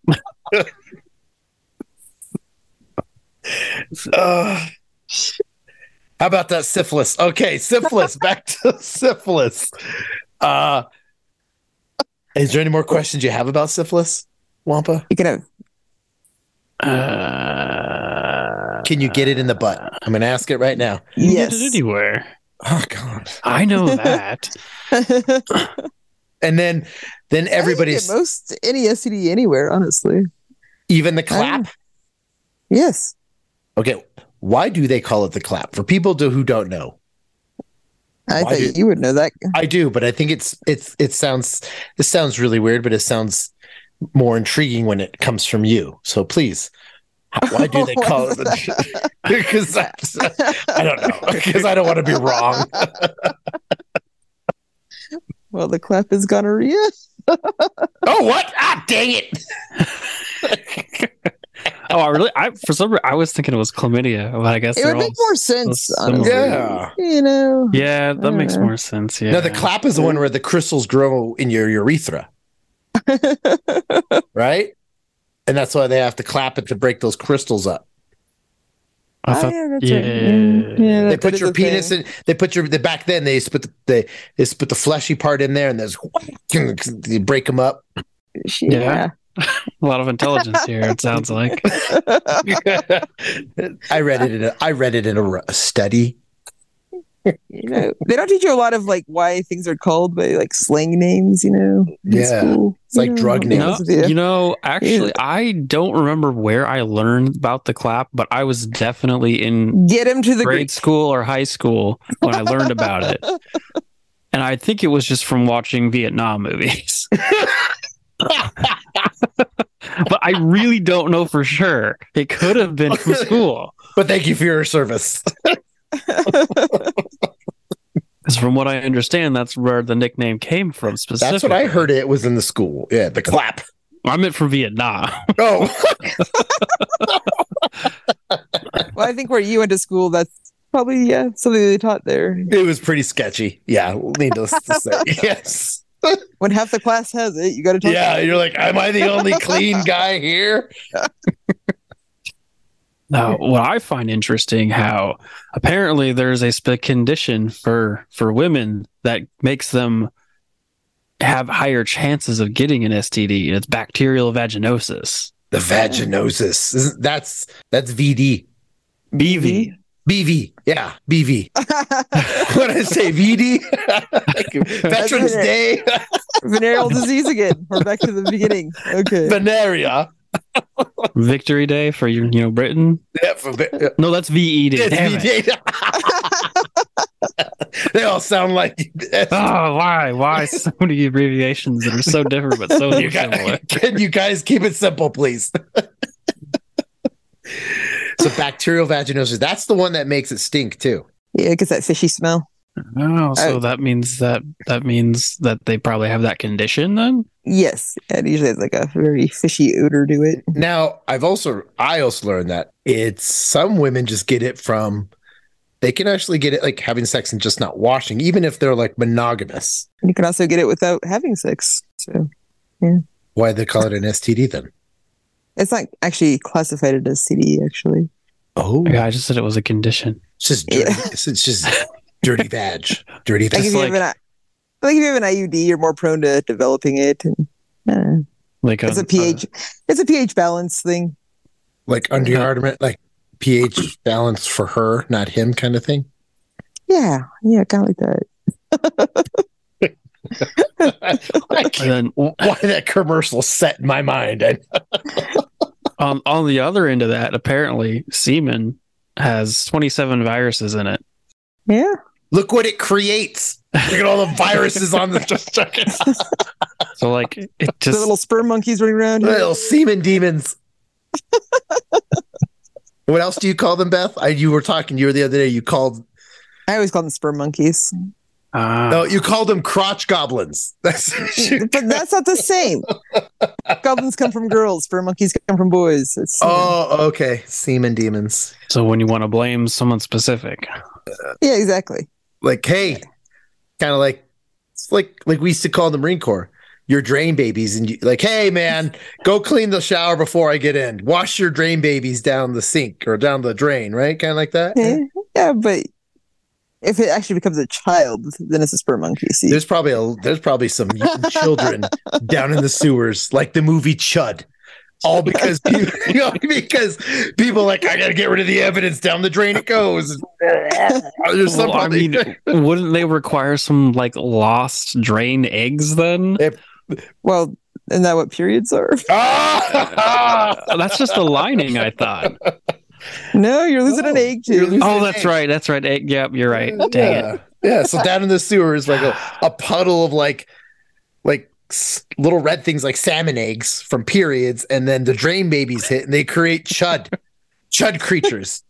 C: Ugh. Uh, how about that syphilis? Okay, syphilis. Back to syphilis. Uh, is there any more questions you have about syphilis, Wampa?
E: You can have
D: Uh,
C: Can you get it in the butt? I'm going to ask it right now.
D: you
E: yes.
D: Get it anywhere.
C: Oh God!
D: I know that.
C: And then, then everybody's
E: I think most any STD anywhere, honestly.
C: even the clap.
E: Yes.
C: Okay, why do they call it the clap? For people do, who don't know,
E: I
C: Why
E: think
C: do-
E: you would know that.
C: I do, but I think it's it's it sounds this sounds really weird, but it sounds more intriguing when it comes from you. So please, why do they call it? the- Because that's- I don't know. Because I don't want to be wrong.
E: Well, the clap is gonorrhea.
C: Oh, what? Ah, dang it!
D: Oh, I really, I for some reason I was thinking it was chlamydia, but I guess
E: It
D: they're
E: would
D: all.
E: make more sense,
D: so
E: honestly.
C: Yeah.
E: You know.
D: yeah, that
E: don't
D: makes
E: know.
D: more sense. Yeah.
C: No, the clap is the one where the crystals grow in your urethra, right? And that's why they have to clap it to break those crystals up.
D: I
E: Oh,
D: thought-
E: yeah, that's right.
D: yeah.
E: Yeah,
C: they
E: that- that
C: put
E: is
C: your
E: a thing.
C: penis in. They put your. They, back then, they used to put the they, they used to put the fleshy part in there, and there's you break them up.
E: Yeah.
D: a lot of intelligence here. It sounds like.
C: I read it in. A, I read it in a, r- a study.
E: You know, they don't teach you a lot of like why things are called by like slang names, you know. in
C: Yeah.
E: school.
C: It's like
E: You know,
C: drug
E: I'm
C: names.
D: No,
E: honest with
D: you
E: you.
D: know, actually, I don't remember where I learned about the clap, but I was definitely in
E: Get him to the
D: grade
E: Greek.
D: school or high school when I learned about it. And I think it was just from watching Vietnam movies. but I really don't know for sure. It could have been from school.
C: But thank you for your service.
D: Because from what I understand, that's where the nickname came from specifically.
C: That's what I heard. It was in the school. Yeah, the clap.
D: I meant from Vietnam.
C: Oh,
E: Well, I think where you went to school, that's probably yeah something they taught there.
C: it was pretty sketchy. Yeah, needless to say. Yes.
E: When half the class has it, you got to talk.
C: Yeah, you're like, am I the only clean guy here?
D: Now, what I find interesting how apparently there's a sp- condition for for women that makes them have higher chances of getting an STD, and it's bacterial vaginosis.
C: The vaginosis. Isn't- That's that's VD.
D: BV.
C: BV. Yeah, BV. what did I say? VD? Veterans
E: That's
C: Day.
E: Venereal disease again. We're back to the beginning. Okay.
C: Veneria.
D: Victory Day for you, you know Britain.
C: Yeah, for, it's
D: No, that's VE Day. Damn it.
C: VD. they all sound like
D: Oh, why? Why so many abbreviations that are so different but so
C: You guys-
D: similar?
C: can you guys keep it simple, please? so bacterial vaginosis. That's the one that makes it stink too.
E: Yeah, because that fishy smell.
D: Oh, so
E: Uh,
D: that means that that means that they probably have that condition then.
E: Yes, and usually has like a very fishy odor to it.
C: Now, I've also I also learned that it's some women just get it from they can actually get it like having sex and just not washing, even if they're like monogamous.
E: You can also get it without having sex. So
C: Why they call it an STD then?
E: it's not actually classified as CD. Actually,
C: Oh,
D: Yeah, I just said it was a condition.
C: it's just dirty,
E: Yeah.
C: it's, it's just dirty vag, dirty
E: like
C: vag.
E: if you have an, I- like if you have an IUD, you're more prone to developing it. And, uh,
D: like um,
E: it's
D: on-
E: a pH. it's a pH balance thing.
C: Like under your argument, like pH balance for her, not him, kind of thing.
E: Yeah, yeah, kind of like that.
D: uh, and then
C: why that commercial set in my mind? And
D: um, on the other end of that, apparently semen has 27 viruses in it.
E: Yeah,
C: look what it creates. Look at all the viruses on the just
D: So like it
E: the
D: just
E: little sperm monkeys running around. here.
C: little semen demons. what else do you call them, Beth? I, you were talking. You were the other day. You called.
E: I always call them sperm monkeys,
D: ah,
C: No, you called them crotch goblins. That's
E: but that's not the same. Goblins come from girls. Sperm monkeys come from boys. It's,
C: oh, okay. Semen demons.
D: so when you want to blame someone specific.
E: yeah, exactly.
C: Like, hey, kind of like it's like like we used to call the Marine Corps. Your drain babies, and you like, hey man, go clean the shower before I get in. Wash your drain babies down the sink or down the drain, right? Kind of like that.
E: Yeah, yeah, but if it actually becomes a child, then it's a sperm monkey. See,
C: There's probably a there's probably some mutant children down in the sewers, like the movie Chud. All because people, you know, because people like I gotta get rid of the evidence. Down the drain it goes. There's some
D: Well, I
C: probably-
D: mean, wouldn't they require some like lost drain eggs then?
E: well, isn't that what periods are?
C: Ah!
D: Uh, that's just the lining, I thought.
E: No, you're losing an
C: No,
E: egg
C: you're
E: too.
C: losing
D: Oh,
C: an
D: that's
C: egg.
D: right. That's right. Egg. Yep, you're right. Dang it.
C: Yeah. yeah. So down in the sewers, like a, a puddle of like like s- little red things like salmon eggs from periods, and then the drain babies hit and they create chud, chud creatures.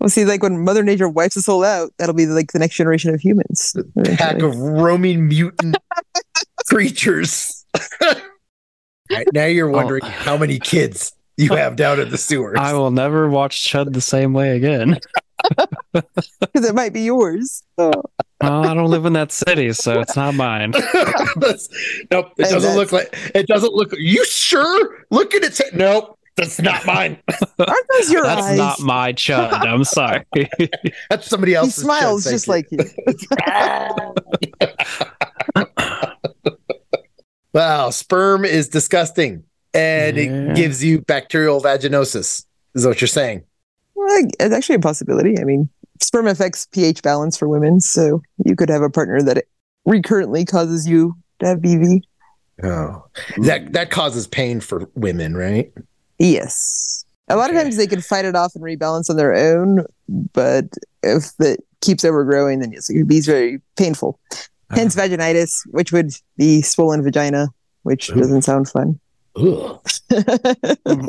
E: Well, see, like when Mother Nature wipes us all out, that'll be like the next generation of humans.
C: pack of roaming mutant creatures. All right, now you're wondering
D: Oh.
C: how many kids you
E: Oh.
C: have down in the sewers.
D: I will never watch Chud the same way again.
E: Because it might be yours. Oh.
D: Well, Uh, I don't live in that city, so it's not mine.
C: That's- nope, it
E: And
C: doesn't look like it doesn't look. You sure? Look at its head. Nope, that's not mine.
E: Aren't those your
D: That's
E: eyes?
D: not my Chud. I'm sorry.
C: That's somebody
E: he
C: else's.
E: smiles
C: shed,
E: just
C: thank
E: like
C: you.
E: you.
C: wow. Sperm is disgusting, and
D: Yeah.
C: it gives you bacterial vaginosis. Is what you're saying?
E: Well, it's actually a possibility. I mean, sperm affects pH balance for women, so you could have a partner that recurrently causes you to have BV.
C: Oh, that that causes pain for women, right?
E: Yes. A lot of
C: Okay.
E: times they can fight it off and rebalance on their own, but if it keeps overgrowing, then yes, it could be very painful.
C: Uh-huh.
E: Hence vaginitis, which would be swollen vagina, which
C: Ooh.
E: doesn't sound fun.
C: Ugh.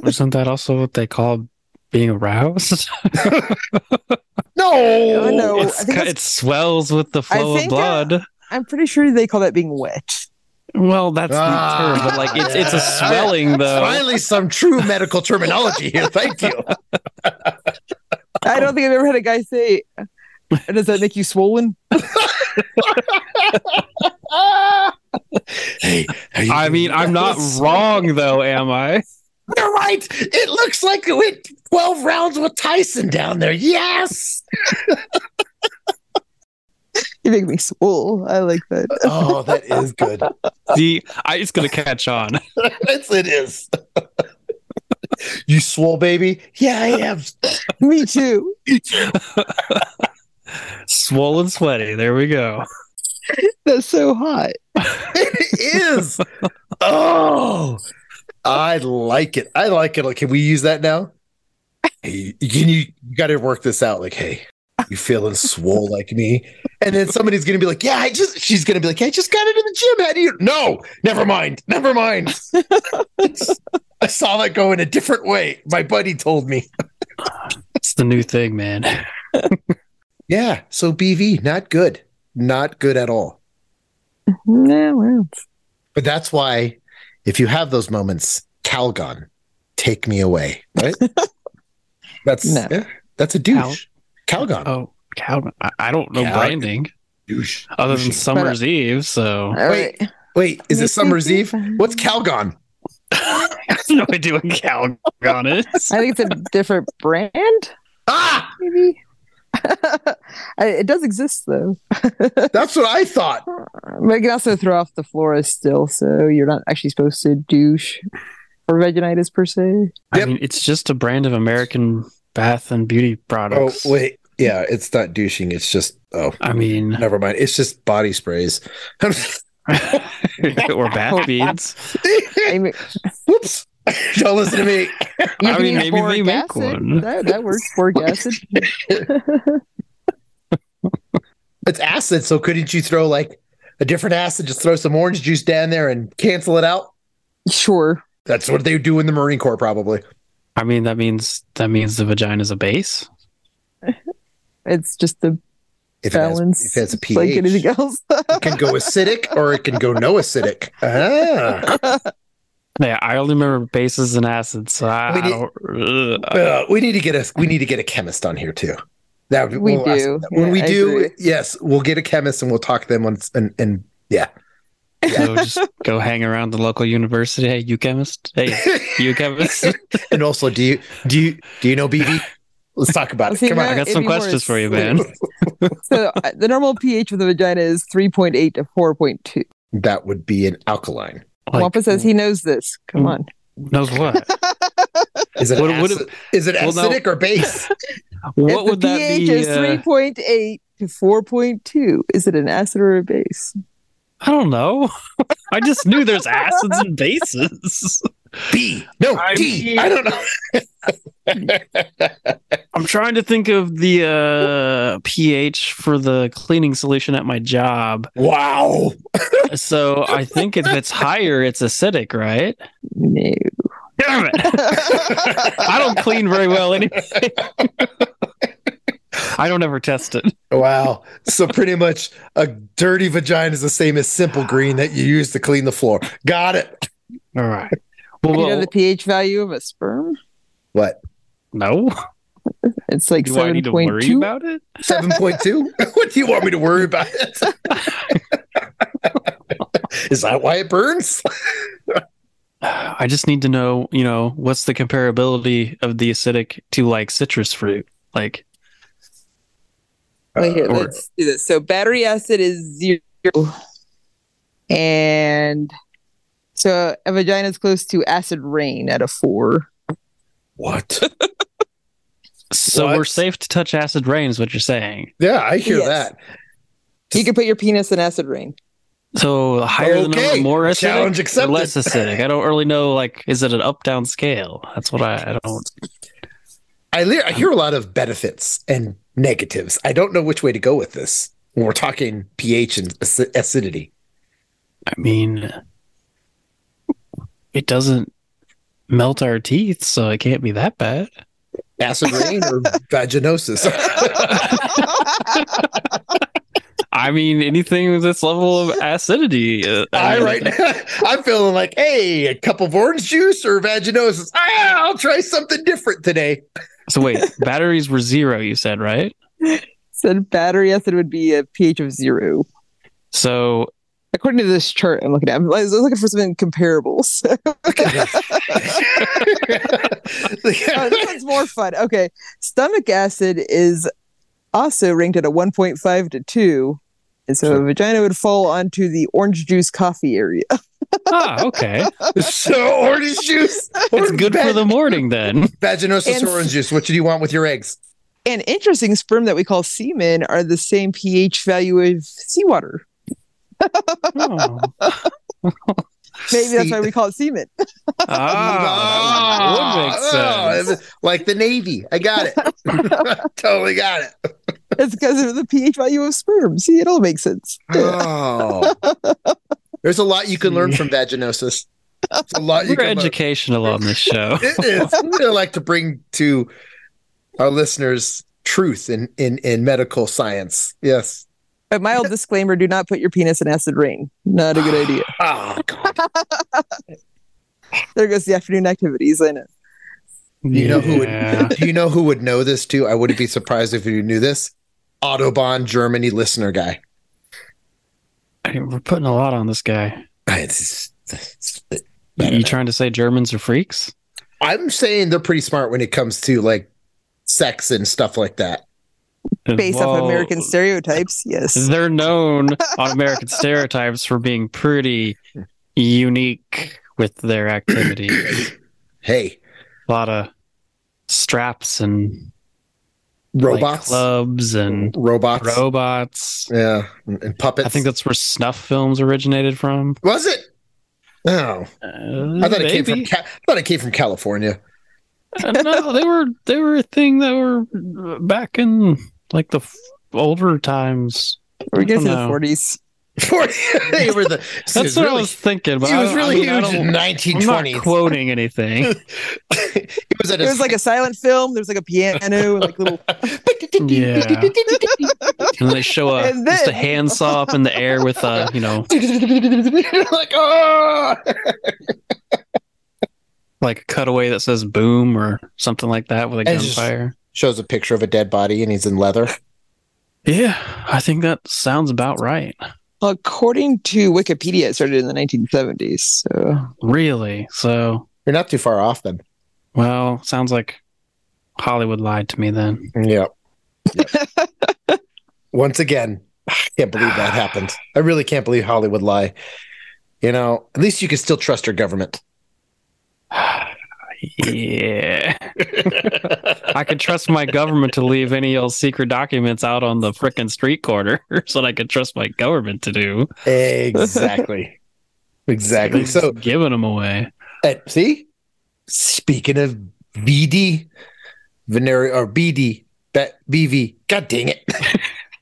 D: Isn't that also what they call being aroused?
C: No,
E: Oh, no.
D: It's-
E: I think it's-
D: it swells with the flow of
E: think, uh,
D: blood.
E: I'm pretty sure they call that being wet.
D: Well, that's
C: Ah,
D: the term, but like it's it's a
C: yeah.
D: swelling though.
C: Finally, some true medical terminology here. Thank you.
E: I don't think I've ever had a guy say, "Uh, "Does that make you swollen?"
C: Hey, how you
D: I
C: doing?
D: mean, I'm not
C: Yes.
D: wrong though, am I?
C: You're right. It looks like it went 12 rounds with Tyson down there. Yes.
E: You make me swole. I like that.
C: Oh, that is good.
D: The I it's gonna catch on.
C: It's, it is. you swole baby? Yeah, I am.
E: me too.
D: Swollen sweaty. There we go.
E: That's so hot.
C: It is. Oh, I like it. I like it. Like, can we use that now? Hey, can you, you got to work this out? Like, hey, you feeling swole like me? And then somebody's going to be like, yeah, I just, she's going to be like, I just got into the gym. How do you? No, never mind. Never mind. I saw that go in a different way. My buddy told me.
D: It's the new thing, man.
C: Yeah. So BV, not good. Not good at all.
E: Yeah, well,
C: But that's why, if you have those moments, Calgon, take me away. Right? that's
E: No.
C: yeah, that's a douche. Calgon,
D: Oh, cow. I, I don't know
C: Yeah.
D: branding
C: douche.
D: other than
C: Douchey.
D: Summer's
E: uh,
D: Eve. So
E: all
D: I
E: right.
C: Wait, is it Summer's Eve? What's Calgon?
D: have no idea what cow on it.
E: I think it's a different brand,
C: Ah,
E: maybe. I- it does exist though,
C: that's what I thought.
E: but it can also throw off the florist still. So you're not actually supposed to douche for vaginitis per se.
D: I
C: Yep.
D: mean, it's just a brand of American bath and beauty
C: Oh
D: products.
C: wait, yeah, it's not douching. It's just oh,
D: I mean,
C: never mind. It's just body sprays.
D: or bath beads.
E: I mean,
C: Whoops! Don't listen to me.
E: you
D: I
E: can
D: mean,
E: use
D: maybe they
E: boric
D: make
E: acid.
D: one.
E: That, that works. Boric acid.
C: It's acid, so couldn't you throw like a different acid? Just throw some orange juice down there and cancel it out.
E: Sure.
C: That's what they do in the Marine Corps, probably.
D: I mean, that means that means the vagina's a base.
E: It's just the
C: if it has,
E: balance.
C: if it has a pH,
E: like anything else.
C: it can go acidic or it can go no acidic.
D: Uh-huh.
C: Ah.
D: Yeah, I only remember bases and acids, so I,
C: We
D: I
C: did-
D: don't. ugh.
C: Uh, we need to get a we need to get a chemist on here too. That would be-
E: We
C: we'll ask-
E: do.
C: when
E: Yeah,
C: we
E: I
C: do.
E: agree.
C: Yes, we'll get a chemist and we'll talk to them on and and
D: So just go hang around the local university. Hey, you chemist? Hey, you chemist?
C: and also do you do you do you know BB? Let's talk about it.
E: See,
C: Come
E: now
D: I
C: on.
D: got
E: it'd
D: some
E: be more
D: questions for you,
E: acidic.
D: man.
E: so uh, the normal pH of the vagina is 3.8 to 4.2.
C: That would be an alkaline.
D: Like,
E: Wampa says he knows this. Come on.
D: knows what?
C: Is it
D: What- what
C: acid- is it
D: well, no.
C: acidic or base?
D: What
E: if
D: would
E: the
D: that
E: pH
D: be?
E: is
D: uh,
E: 3.8 to 4.2, is it an acid or a base?
D: I don't know. I just knew there's acids and bases.
C: B. No,
D: I'm
C: D. I don't know.
D: I'm trying to think of the uh, pH for the cleaning solution at my job.
C: Wow.
D: So I think if it's higher, it's acidic, right?
E: No.
D: Damn it! I don't clean very well anyway. I don't ever test it.
C: Wow. So pretty much a dirty vagina is the same as simple green that you use to clean the floor. Got it.
D: All right. Well,
E: you know
D: well,
E: the pH value of a sperm?
C: What?
D: no.
E: It's like
D: Do I
E: seven
D: need to worry
E: point two.
D: about it?
C: 7.2? what do you want me to worry about? is that why it burns?
D: I just need to know, you know, what's the comparability of the acidic to like citrus fruit? Like,
E: Wait, here,
C: Uh, or-
E: let's do this. So battery acid is zero, and so a vagina is close to acid rain at a four.
C: what?
D: so
C: What?
D: we're safe to touch acid rain is what you're saying.
C: Yeah, I hear
E: Yes.
C: that.
E: You can put your penis in acid rain.
D: So the higher the number,
C: Okay.
D: more acidic,
C: Challenge
D: or
C: accepted.
D: less acidic. I don't really know. Like, is it an up down scale? That's what I, I don't.
C: I, le- I hear a lot of benefits and negatives. I don't know which way to go with this when we're talking pH and ac- acidity.
D: I mean, it doesn't melt our teeth, so it can't be that bad.
C: Acid rain or vaginosis?
D: I mean, anything with this level of acidity. Uh,
C: I right now, I'm feeling like, hey, a cup of orange juice or vaginosis. Ah, I'll try something different today.
D: So wait, batteries were zero. You said right.
E: Said battery acid would be a pH of zero.
D: So
E: According to this chart I'm looking at, I'm- I was looking for something comparable. So oh, this one's more fun. Okay. Stomach acid is also ranked at a 1.5 to 2. And so a vagina would fall onto the orange juice coffee area.
D: ah, okay,
C: so orange juice.
D: it's
C: orange
D: good for
C: vag-
D: the morning then.
C: vaginosis
E: And-
C: or orange juice. What do you want with your eggs?
E: And interesting sperm that we call semen are the same pH value of seawater.
D: Oh.
E: Maybe that's
C: See-
E: why we call it semen.
D: Ah, that would make
C: Ah,
D: sense.
C: ah, like the Navy. I got it. totally got it.
E: It's because of the pH value of sperm. See, it all makes sense.
C: Oh. There's a lot you can learn from vaginosis. It's a lot you
D: We're
C: can learn.
D: educational on this show.
C: It is. I like to bring to our listeners truth in, in, in medical science. Yes.
E: A mild disclaimer do not put your penis in acid rain. Not a good idea.
C: Oh, God.
E: There goes the afternoon activities. I know.
C: You know who would-
D: Yeah.
C: Do you know who would know this too? I wouldn't be surprised if you knew this. Autobahn Germany listener guy.
D: I mean, we're putting a lot on this guy.
C: It's- it's-
D: You, you trying to say Germans are freaks?
C: I'm saying they're pretty smart when it comes to like sex and stuff like that.
E: Based off
D: Well,
E: American stereotypes, yes.
D: They're known on American stereotypes for being pretty unique with their activity.
C: Hey,
D: a lot of straps and like,
C: robots,
D: clubs and
C: robots,
D: robots.
C: yeah, and, and puppets.
D: I think that's where snuff films originated from.
C: was it. Oh,
D: Uh,
C: I thought it came from.
D: maybe.
C: Ca- I thought it came from California.
D: Uh, no, they were they were a thing that were uh, back in like the f- older times.
E: We're getting to
D: I don't
E: the
D: know.
E: 40s.
C: they were the. it
D: That's
C: was
D: what
C: really,
D: I was thinking. But
C: It
D: I
C: was
D: don't- I
C: really
D: mean, I
C: huge in
D: don't- I'm not
C: 1920s.
D: quoting anything.
C: it was at a
E: There was like a silent film. There's like a piano and like little.
D: yeah, and they show a
E: And
D: just a
E: then-
D: handsaw up in the air with a you know
C: like oh
D: like a cutaway that says boom or something like that with a
C: And just-
D: gunfire.
C: shows a picture of a dead body and he's in leather.
D: Yeah, I think that sounds about right.
E: According to Wikipedia, it started in the 1970s. So
D: Really? So,
C: You're not too far off then.
D: well, sounds like Hollywood lied to me then.
C: Yep. Once again, I can't believe that happened. I really can't believe Hollywood lie. You know, at least you can still trust your government.
D: Yeah. I could trust my government to leave any old secret documents out on the frickin' street corner. That's what I could trust my government to do.
C: exactly. Exactly. So,
D: Just giving them away.
C: uh, see, speaking of BD, Veneri or BD, Be- BV. God dang it.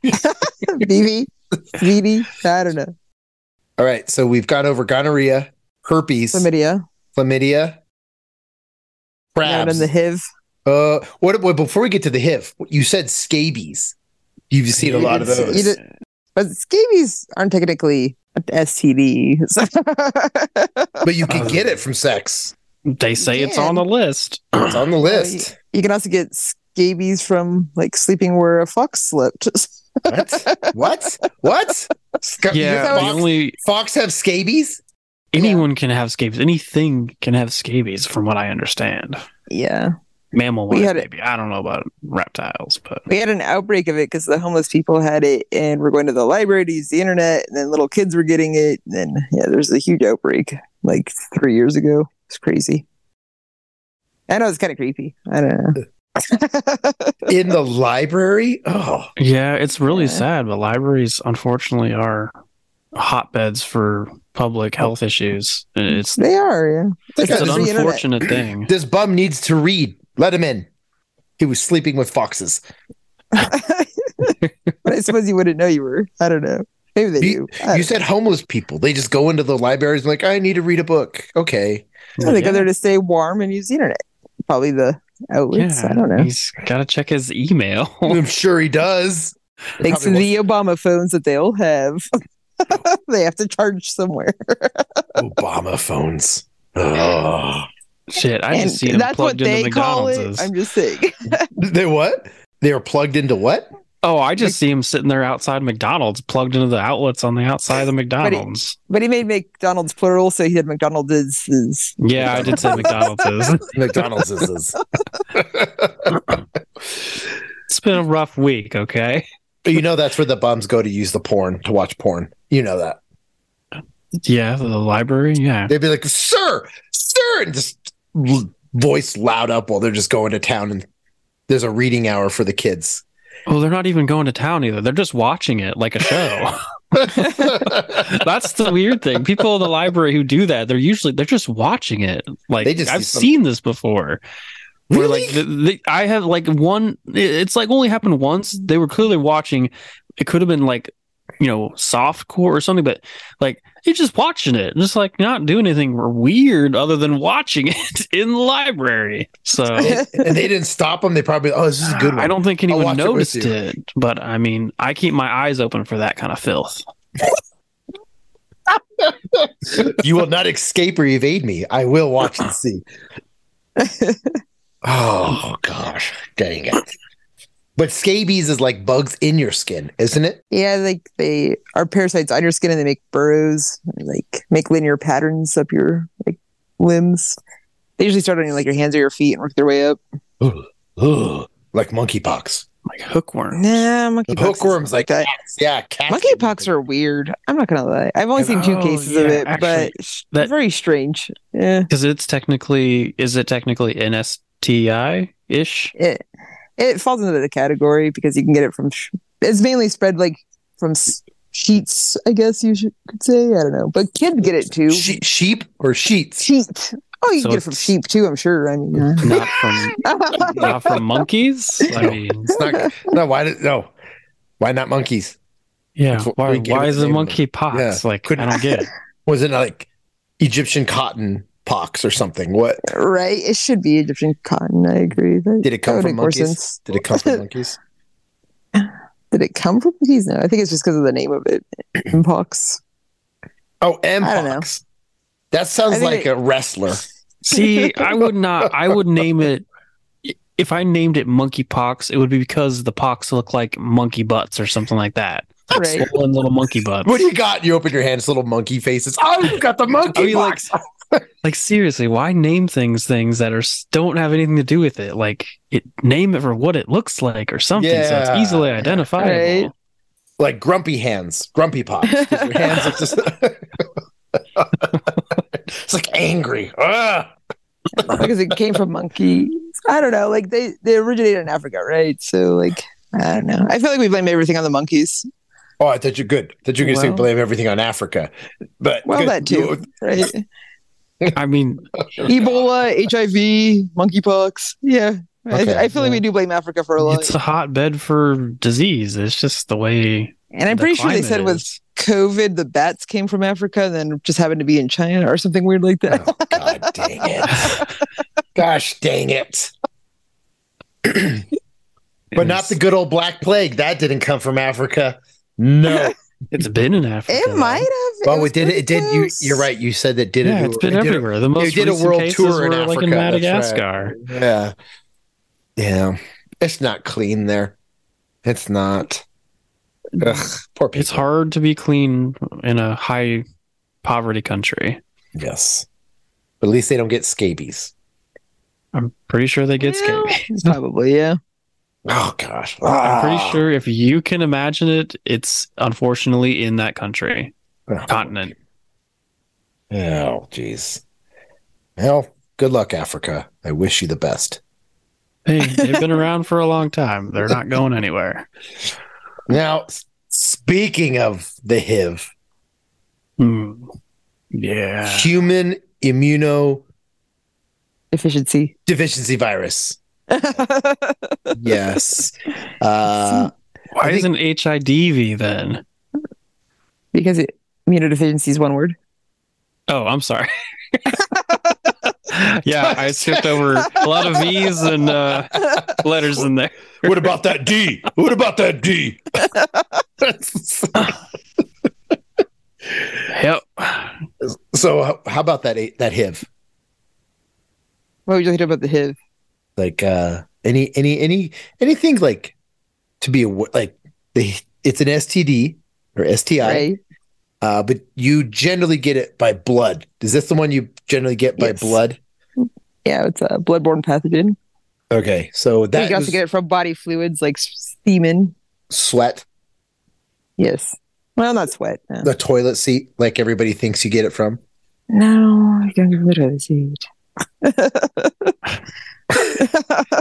E: BB, BD, I don't know.
C: All right. So we've gone over gonorrhea, herpes,
E: Chlamydia.
C: chlamydia,
E: And then
C: crabs.
E: the HIV.
C: uh, what, what? Before we get to the HIV, you said scabies. You've seen a
E: You
C: lot of
E: did say-
C: those.
E: you did- But scabies aren't technically an STD.
C: but you can get it from sex.
D: They say it's
E: Yeah.
D: on the list.
C: It's
E: Oh,
C: on the list.
E: you can also get scabies from like sleeping where a fox slept.
C: What? What? What? Sca-
D: Yeah, the
C: Fox,
D: only
C: Fox have scabies?
D: anyone can have scabies. Anything can have scabies, from what I understand.
E: yeah.
D: Mammal
E: We
D: wise,
E: had it-
D: maybe. I don't know about reptiles, but
E: We had an outbreak of it because the homeless people had it and were going to the library to use the internet and then little kids were getting it. And then, yeah, there was a huge outbreak like three years ago. It's crazy. I know it's kind of creepy. I don't know.
C: In the library? Oh,
D: yeah, it's really
E: Yeah.
D: sad. But libraries, unfortunately, are hotbeds for public health issues. It's
E: they are, yeah.
C: Look
D: it's
C: at
D: an
E: Because-
C: this-
E: free internet.
D: unfortunate thing.
C: this bum needs to read. Let him in. He was sleeping with foxes.
E: but I suppose you wouldn't know you were. I don't know. Maybe they do. I
C: You
E: don't
C: said homeless people. They just go into the libraries and like, I need to read a book. Okay.
E: know. they go there to stay warm and use the internet. Probably the outlets. I don't know.
D: He's got to check his email.
C: I'm sure he does.
E: Thanks to
C: Probably
E: the Obama phones that they all have, they have to charge somewhere.
C: Obama phones. Oh.
D: Shit, I
E: And
D: just seen him plugged into McDonald's.
E: I'm just saying.
C: They what? They are plugged into what?
D: Oh, I just see him sitting there outside McDonald's, plugged into the outlets on the outside of the
E: he-
D: McDonald's.
E: But he made McDonald's plural, so he had McDonald's. Is,
D: Yeah, I did say McDonald's. is.
C: McDonald's is. is.
D: It's been a rough week, okay?
C: you know that's where the bums go to use the porn to watch porn. You know that.
D: Yeah, the library. Yeah,
C: They'd be like, "Sir, sir," and just l- voice loud up while they're just going to town. And there's a reading hour for the kids.
D: Well, they're not even going to town either. They're just watching it like a show.
C: they
D: That's the weird thing. People in the library who do that, they're usually they're just watching it. Like
C: They just see
D: I've
C: some-
D: seen this before. Where like the,
C: Really?
D: the, I have like one. it- It's like only happened once. They were clearly watching. It could have been like you know soft core or something, but like you're just watching it, just like not doing anything weird other than watching it in the library. So.
C: and they didn't stop them. They probably, oh, this is a good one.
D: I don't think
C: I'll
D: anyone
C: watch it with
D: noticed
C: you.
D: it, but I mean, I keep my eyes open for that kind of filth.
C: you will not escape or evade me. I will watch and see. oh gosh, dang it! But scabies is like bugs in your skin, isn't it?
E: yeah, like they are parasites on your skin, and they make burrows, and, like make linear patterns up your like limbs. They usually start on like your hands or your feet and work their way up.
C: Ugh, like monkeypox.
D: Like hookworm.
E: Nah, monkeypox. is-
C: Hookworms, like
E: that.
C: cats. Yeah, cats.
E: Monkeypox are weird. I'm not gonna lie. I've only seen two
D: Oh,
E: cases
D: yeah,
E: of it,
D: actually,
E: but sh-
D: that-
E: very strange. Yeah,
D: Because it's technically, is it technically an STI ish?
E: it it falls into the category because you can get it from. Sh- it's mainly spread like from s- sheets, I guess you should, could say. I don't know, but kids get it too.
C: She- sheep or sheets.
E: Sheet. Oh, you
D: So
E: can get it from
D: it's-
E: sheep too. I'm sure. I mean, uh,
D: Not from not from monkeys. I
C: No.
D: mean,
C: It's not. No, why? did- No, why not monkeys?
D: yeah.
C: That's what
D: Why,
C: we gave
D: why
C: it
D: is
C: the
D: it
C: name of
D: monkey pox? Like,
C: Couldn't-
D: I don't get it.
C: Was it like Egyptian cotton pox or something? What
E: right? It should be Egyptian cotton. I agree. That,
C: did it
E: that
C: come
E: would
C: from
E: make more
C: monkeys?
E: sense.
C: Did it come from monkeys?
E: Did it come from monkeys? No, I think it's just because of the name of it. Pox.
C: Oh, M
E: I don't know.
C: pox. That sounds
E: I think
C: like
E: it-
C: a wrestler.
D: See, I would not. I would name it. If I named it monkey pox, it would be because the pox look like monkey butts or something like that. Like
E: Right.
D: swollen little monkey butts.
C: What do you got? You open your hands, little monkey faces. Oh, you got the monkey
D: I mean, like-
C: pox.
D: Like seriously, why name things things that are s- don't have anything to do with it? Like it name it for what it looks like or something, so it's
C: Yeah.
D: easily identifiable.
E: Right.
C: like grumpy hands, grumpy pops. 'cause Your hands are just it's like angry. Ah! Ugh.
E: because it came from monkeys. I don't know. Like they they originated in Africa, right? So like I don't know. I feel like we blame everything on the monkeys,
C: Oh, I thought you're good. That you're gonna say
E: Well-
C: blame everything on Africa, but
E: Well,
C: good-
E: that too. right?
D: I mean,
E: Ebola, HIV, monkeypox. Yeah,
C: Okay,
E: I, I feel like
C: yeah.
E: we do blame Africa for a lot.
D: It's a hotbed for disease. It's just the way.
E: and I'm
D: the
E: pretty sure they
D: climate
E: said with
D: is.
E: COVID, the bats came from Africa and then just happened to be in China or something weird like that.
C: Oh, God dang it. Gosh dang it. But not
D: It's-
C: the good old Black Plague. That didn't come from Africa. No.
D: It's been in Africa.
E: It
D: though.
E: might have.
C: Well,
E: was
C: it did.
E: pretty
C: It did. You,
E: close.
C: you're right. You said that did.
D: yeah,
C: it,
D: it's been
C: it did-
D: everywhere. The most
C: did a
D: recent
C: world
D: cases
C: tour in
D: were like in
C: Africa, that's right.
D: Madagascar.
C: Yeah. Yeah. It's not clean there. It's not. Ugh, poor people.
D: It's hard to be clean in a high poverty country.
C: Yes. But at least they don't get scabies.
D: I'm pretty sure they get
E: Well,
D: scabies.
E: Probably, yeah.
C: Oh gosh.
D: I'm pretty
C: Ah.
D: sure if you can imagine it, it's unfortunately in that country,
C: Oh.
D: continent.
C: Oh, jeez. Well, good luck, Africa. I wish you the best.
D: Hey, they've been around for a long time. They're not going anywhere.
C: Now, s- speaking of the HIV,
D: Hmm. Yeah.
C: human immunodeficiency
E: Efficiency.
C: virus.
E: I
C: Yes. Uh,
D: Why
C: I think-
D: isn't HIDV then?
E: Because it, immunodeficiency is one word.
D: Oh, I'm sorry. yeah, I skipped over a lot of V's and uh, letters in there.
C: what about that D? What about that D?
D: Yep.
C: so, h- how about that a- that HIV?
E: What would you like to know about the HIV?
C: Like uh, any any any anything like to be awa- like the it's an STD or STI.
E: Right?
C: Uh, but you generally get it by blood. Is this the one you generally get by
E: Yes.
C: blood?
E: Yeah, it's a bloodborne pathogen.
C: Okay, so
E: That you
C: that
E: can
C: was
E: also get it from body fluids like s- semen.
C: sweat,
E: Yes. Well, not sweat. No,
C: the toilet seat, like everybody thinks you get it from.
E: no you can get rid of the seed.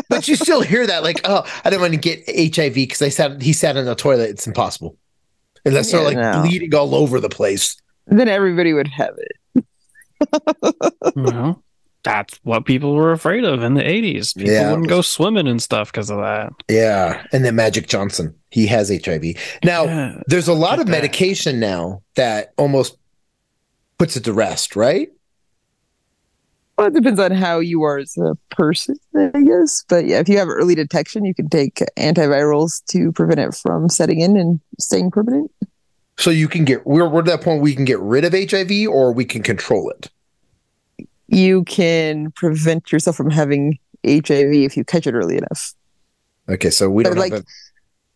C: But you still hear that, like, oh, I don't want to get HIV because I sat he sat in the toilet. It's impossible unless they're
E: Yeah,
C: like
E: no.
C: bleeding all over the place.
E: then everybody would have it.
D: Well, that's what people were afraid of in the 80s. People
C: Yeah.
D: wouldn't go swimming and stuff because of that.
C: Yeah, and then Magic Johnson, he has HIV now.
D: Yeah.
C: There's a lot
D: Get
C: of
D: that.
C: medication now that almost puts it to rest, right?
E: Well, it depends on how you are as a person, I guess. But yeah, if you have early detection, you can take antivirals to prevent it from setting in and staying permanent.
C: So you can get we're we're at that point we can get rid of HIV or we can control it.
E: You can prevent yourself from having HIV if you catch it early enough.
C: Okay, so we
E: But,
C: don't
E: like,
C: have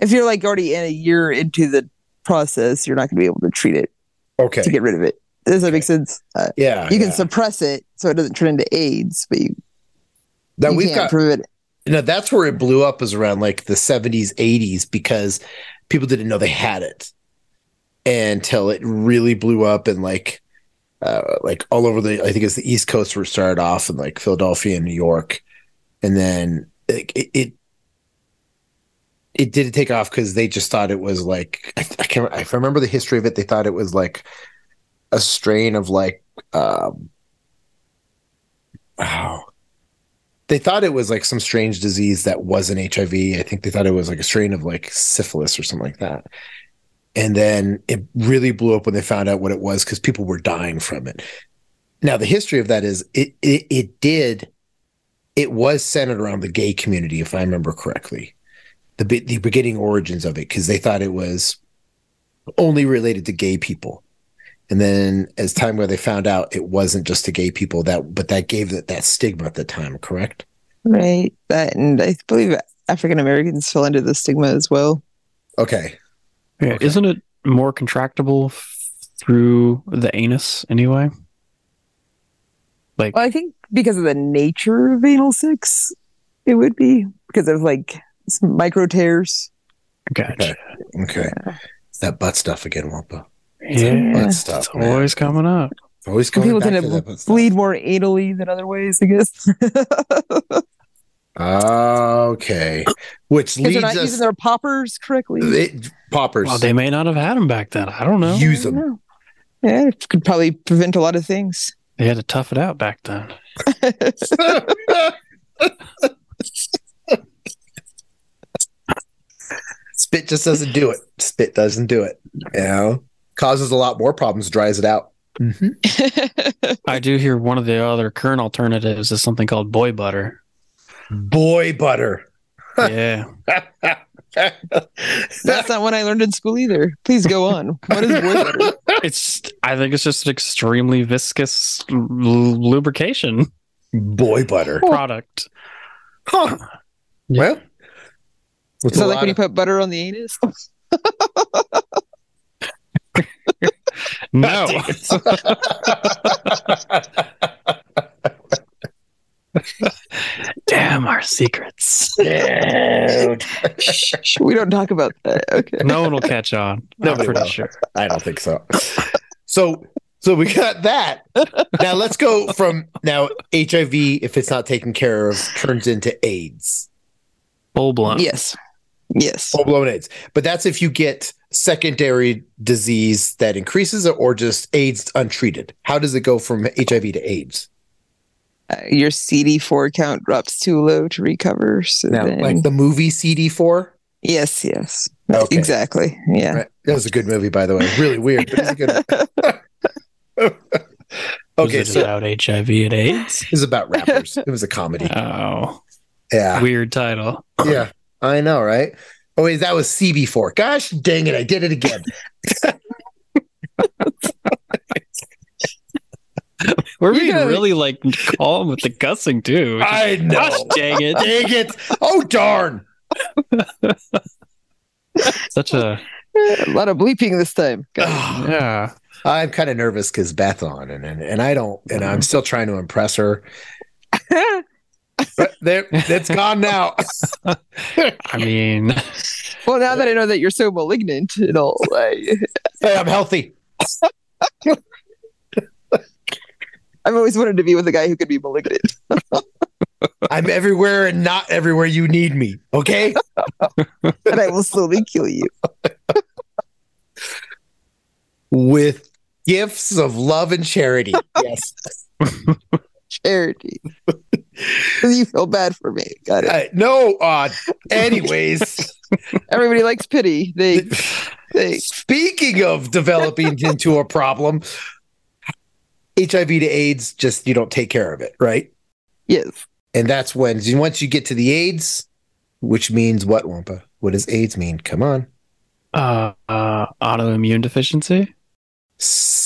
E: If you're like already in a year into the process, you're not going to be able to treat it
C: a, okay.
E: to get rid of it. Does that make sense? Uh,
C: yeah,
E: you can
C: yeah.
E: suppress it so it doesn't turn into AIDS, but you,
C: now
E: you
C: we've
E: can't
C: got
E: prevent it.
C: now that's where it blew up is around like the 70s, 80s because people didn't know they had it until it really blew up and like uh, like all over the I think it's the East Coast where it started off and like Philadelphia and New York, and then it it. it it didn't take off because they just thought it was like I, I can't. If I remember the history of it, they thought it was like a strain of like um, oh, they thought it was like some strange disease that wasn't HIV. I think they thought it was like a strain of like syphilis or something like that. And then it really blew up when they found out what it was because people were dying from it. Now the history of that is it it, it did it was centered around the gay community, if I remember correctly, the be- the beginning origins of it because they thought it was only related to gay people. And then as time where they found out it wasn't just to gay people that but that gave it that stigma at the time, correct?
E: Right. That, and I believe African Americans fell under the stigma as well.
C: Okay.
D: Yeah,
C: Okay.
D: Isn't it more contractible f- through the anus anyway? Like,
E: Well, I think because of the nature of anal sex, it would be because of like some micro tears.
D: gotcha.
C: Okay. It's that butt stuff again, Wampa.
D: Yeah.
C: Butt
D: It's
C: stuff. man.
D: always coming up.
C: It's always
E: Some
C: coming
E: people
C: back to
E: tend to
C: that butt stuff.
E: bleed more anally than other ways, I guess.
C: Okay. Which
E: Because they're
C: leads
E: not using
C: us
E: their poppers correctly.
C: it, poppers.
D: Well, they may not have had them back then. I don't know.
C: Use
E: I don't
C: them.
E: know. Yeah, it could probably prevent a lot of things.
D: they had to tough it out back then.
C: Spit just doesn't do it. Spit doesn't do it. You know, causes a lot more problems, dries it out.
D: Mm-hmm. I do hear one of the other current alternatives is something called boy butter.
C: Boy butter.
D: yeah.
E: That's not what I learned in school either. Please go on. What is boy butter?
D: It's I think it's just an extremely viscous l- lubrication
C: Boy butter.
D: product.
C: Huh.
D: Yeah.
C: Well, with
E: Is
C: a
E: that like
C: lot
E: when you
C: of-
E: put butter on the anus?
D: No. Damn our secrets.
E: we don't talk about that. Okay.
D: No one will catch on. No,
C: Nobody
D: pretty
C: will.
D: sure.
C: I don't think so. So so we got that. Now let's go from now HIV if it's not taken care of turns into AIDS.
D: Full blown.
E: Yes. Yes.
C: Full blown AIDS. But that's if you get secondary disease that increases or just AIDS untreated. How does it go from HIV to AIDS?
E: Uh, your CD4 count drops too low to recover. So
C: Now,
E: then,
C: like the movie CD4?
E: yes, yes.
C: Okay.
E: Exactly. Yeah.
C: Right. That was a good movie, by the way. Really weird, but it's a good one. okay,
D: Was it
C: so
D: about HIV and AIDS?
C: it was about rappers. It was a comedy.
D: Oh,
C: Yeah.
D: weird title.
C: Yeah, I know, right? Oh, wait, that was CB4. Gosh dang it, I did it again.
D: We're
C: You
D: being
C: gotta-
D: really like calm with the gussing too. Just-
C: I
D: Gosh, dang it!
C: dang it. Oh, darn.
D: Such a
E: A lot of bleeping this time.
C: Ugh.
D: yeah.
C: I'm kind of nervous because Beth's on, and, and and I don't, and I'm still trying to impress her. But there, it's gone now.
D: I mean,
E: well, now that I know that you're so malignant and all, I,
C: Hey, I'm healthy.
E: I've always wanted to be with a guy who could be malignant.
C: I'm everywhere and not everywhere you need me. Okay.
E: and I will slowly kill you.
C: With gifts of love and charity. Yes.
E: Charity. 'Cause you feel bad for me. Got it.
C: Uh, no. Uh, anyways.
E: Everybody likes pity. They, they.
C: Speaking of developing into a problem, HIV to AIDS, just you don't take care of it, right?
E: Yes.
C: And that's when once you get to the AIDS, which means what, Wampa? What does AIDS mean? Come on.
D: uh, uh, autoimmune deficiency.
C: S-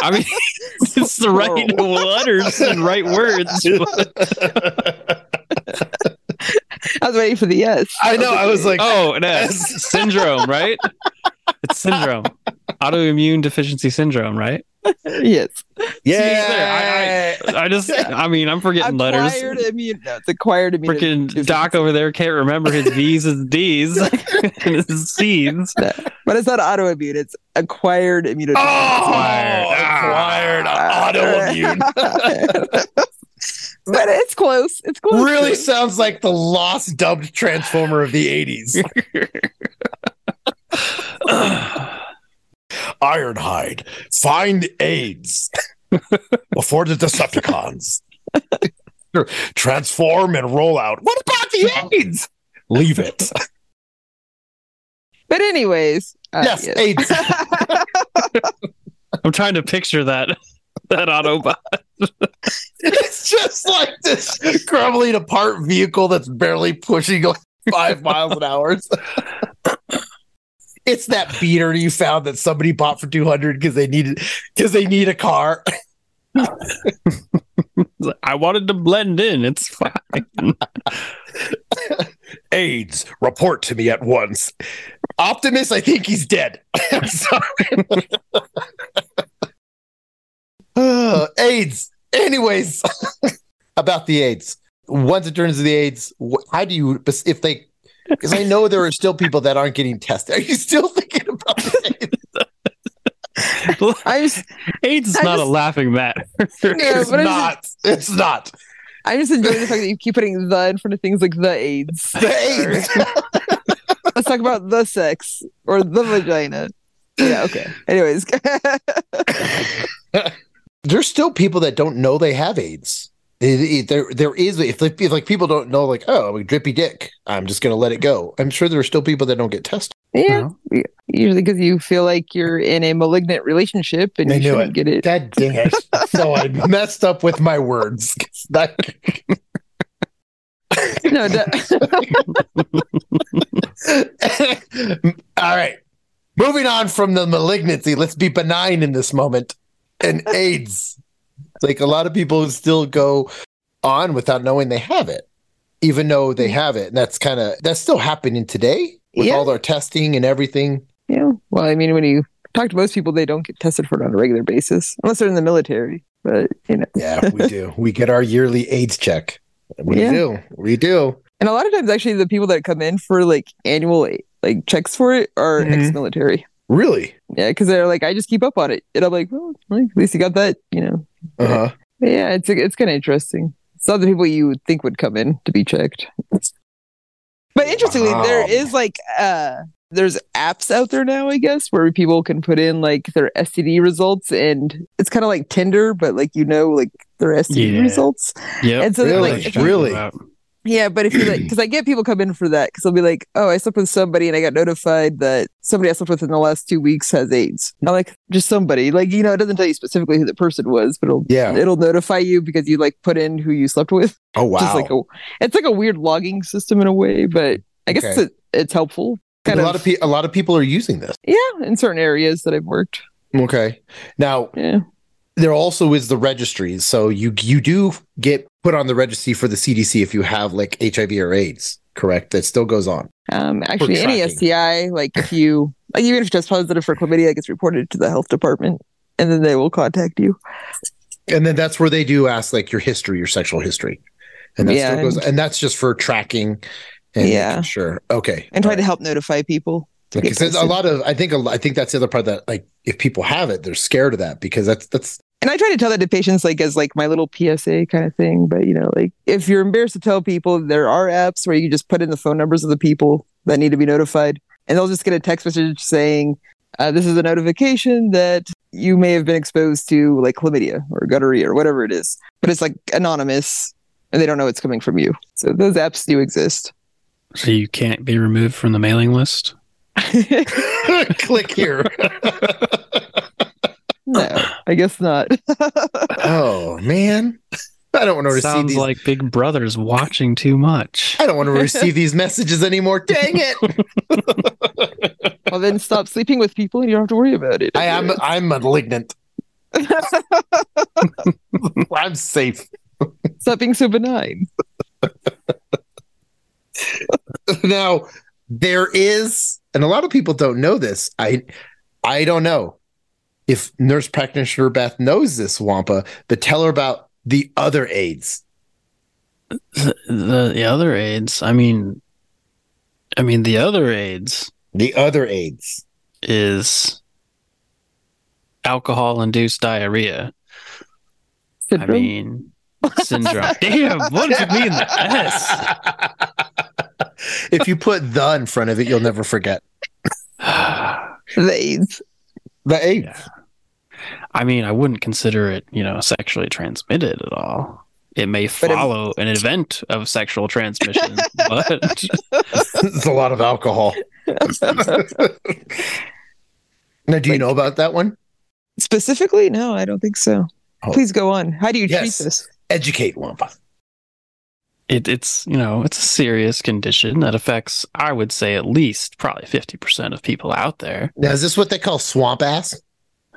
D: I mean, it's the right letters and right words. but-
E: I was waiting for the yes.
C: I know. I was like,
D: oh, an S. syndrome, right? It's syndrome. Autoimmune deficiency syndrome, right?
E: yes.
C: yeah.
D: I just, I mean, I'm forgetting letters.
E: Acquired immune. No, it's acquired immune.
D: Freaking Doc over there can't remember his V's and D's and his C's.
E: But it's not autoimmune. It's acquired immunity. Ah.
C: acquired
E: but it's close. It's close.
C: really sounds like the lost dubbed Transformer of the 80s. Ironhide, find AIDS before the Decepticons. Transform and roll out. What about the AIDS? Leave it.
E: But anyways. uh,
C: yes, AIDS.
D: I'm trying to picture that that Autobot.
C: It's just like this crumbling apart vehicle that's barely pushing like five miles an hour. it's that beater you found that somebody bought for two hundred because they needed because they need a car.
D: I wanted to blend in. It's fine.
C: AIDS, report to me at once. Optimus, I think he's dead. I'm sorry. Uh, AIDS. Anyways, about the AIDS. Once it turns to the AIDS, wh- how do you, if they, because I know there are still people that aren't getting tested. Are you still thinking about the AIDS?
E: I'm just,
D: AIDS is
E: I
D: not a
E: just-
D: laughing matter.
E: Yeah,
C: it's
E: but I'm
C: not. It's not.
E: I'm just enjoying the fact that you keep putting the in front of things like the AIDS.
C: The AIDS.
E: Let's talk about the sex or the vagina. Yeah, okay. Anyways.
C: There's still people that don't know they have AIDS. It- it- there, there is if, like- if like people don't know, like, oh, I'm a drippy dick. I'm just gonna let it go. I'm sure there are still people that don't get tested.
E: Yeah,
C: Uh-huh.
D: No.
E: usually because you feel like you're in a malignant relationship and
C: I
E: you
C: knew
E: shouldn't get it.
C: God dang it! so I messed up with my words. That-
E: No, that,
C: All right. Moving on from the malignancy, let's be benign in this moment. And AIDS. like a lot of people still go on without knowing they have it, even though they have it. And that's kind of that's still happening today with
E: Mm-hmm. Yeah.
C: all our testing and everything.
E: yeah. Well, I mean, when you talk to most people, they don't get tested for it on a regular basis unless they're in the military. But you know,
C: Yeah, we do. we get our yearly AIDS check. We
E: Yeah.
C: do. We do.
E: and a lot of times, actually, the people that come in for like annual like checks for it are
C: Mhm.
E: ex-military.
C: Really?
E: Yeah, because they're like, I just keep up on it, and I'm like, well, like, at least you got that, you know.
C: Uh-huh.
E: But yeah, it's it's kind of interesting. It's not the people you would think would come in to be checked. But interestingly,
C: Wow.
E: there is like uh there's apps out there now, I guess, where people can put in like their STD results, and it's kind of like Tinder, but like you know, like their STD
D: Yeah.
E: results.
D: Yep.
E: And so,
C: Really?
E: like, if
D: Talking
E: you-
C: Really?
D: about-
E: yeah, but if you like, because I get people come in for that, because they'll be like, "Oh, I slept with somebody, and I got notified that somebody I slept with in the last two weeks has AIDS." And I'm like, just somebody, like you know, it doesn't tell you specifically who the person was, but it'll
C: Yeah.
E: it'll notify you because you like put in who you slept with.
C: Oh wow.
E: Just like a, it's like a weird logging system in a way, but I guess
C: Okay.
E: it's, it's helpful.
C: a
E: Kind
C: lot of,
E: of,
C: pe- a lot of people are using this.
E: yeah, in certain areas that I've worked.
C: Okay. Now,
E: Yeah,
C: there also is the registries. So you you do get put on the registry for the CDC if you have like HIV or AIDS, correct? That still goes on.
E: um, actually, any
C: tracking.
E: STI, like if you like, even if you're just positive for chlamydia, it gets reported to the health department, and then they will contact you.
C: And then that's where they do ask like your history, your sexual history. And that
E: Yeah,
C: still goes and that's just for tracking and
E: Yeah.
C: making sure. Okay.
E: and try to help notify people. to get
C: because there's a
E: tested.
C: lot of I think a lo- I think that's the other part that like if people have it, they're scared of that because that's that's
E: And I try to tell that to patients, like as like my little PSA kind of thing. But you know, like if you're embarrassed to tell people, there are apps where you just put in the phone numbers of the people that need to be notified, and they'll just get a text message saying, uh, "This is a notification that you may have been exposed to like chlamydia or gonorrhea or whatever it is." But it's like anonymous, and they don't know it's coming from you. So those apps do exist.
D: So you can't be removed from the mailing list.
C: click here.
E: no, I guess not.
C: oh man. I don't want to receive
D: Sounds
C: these
D: like Big Brother's watching too much.
C: I don't want to receive these messages anymore. Dang it.
E: well, then stop sleeping with people, and you don't have to worry about it.
C: I am I'm malignant. I'm safe.
E: Stop being so benign.
C: Now there is and a lot of people don't know this. I I don't know if nurse practitioner Beth knows this Wampa, but tell her about the other AIDS.
D: The, the, the other AIDS, I mean, I mean, the other AIDS
C: The other AIDS.
D: is alcohol-induced diarrhea. I
E: Syndrome.
D: mean, syndrome. Damn, what did you mean the S?
C: if you put the in front of it, you'll never forget.
D: I
E: the AIDS.
C: The AIDS.
D: mean, I wouldn't consider it, you know, sexually transmitted at all. It may
E: it-
D: follow an event of sexual transmission, but
C: it's a lot of alcohol. now, do you know about that one?
E: Specifically, no, I don't think so.
C: Oh.
E: Please go on. How do you
C: Yes.
E: treat this?
C: Educate Wampa.
D: it, it's you know it's a serious condition that affects i would say at least probably 50% of people out there
C: Now, is this what they call swamp ass?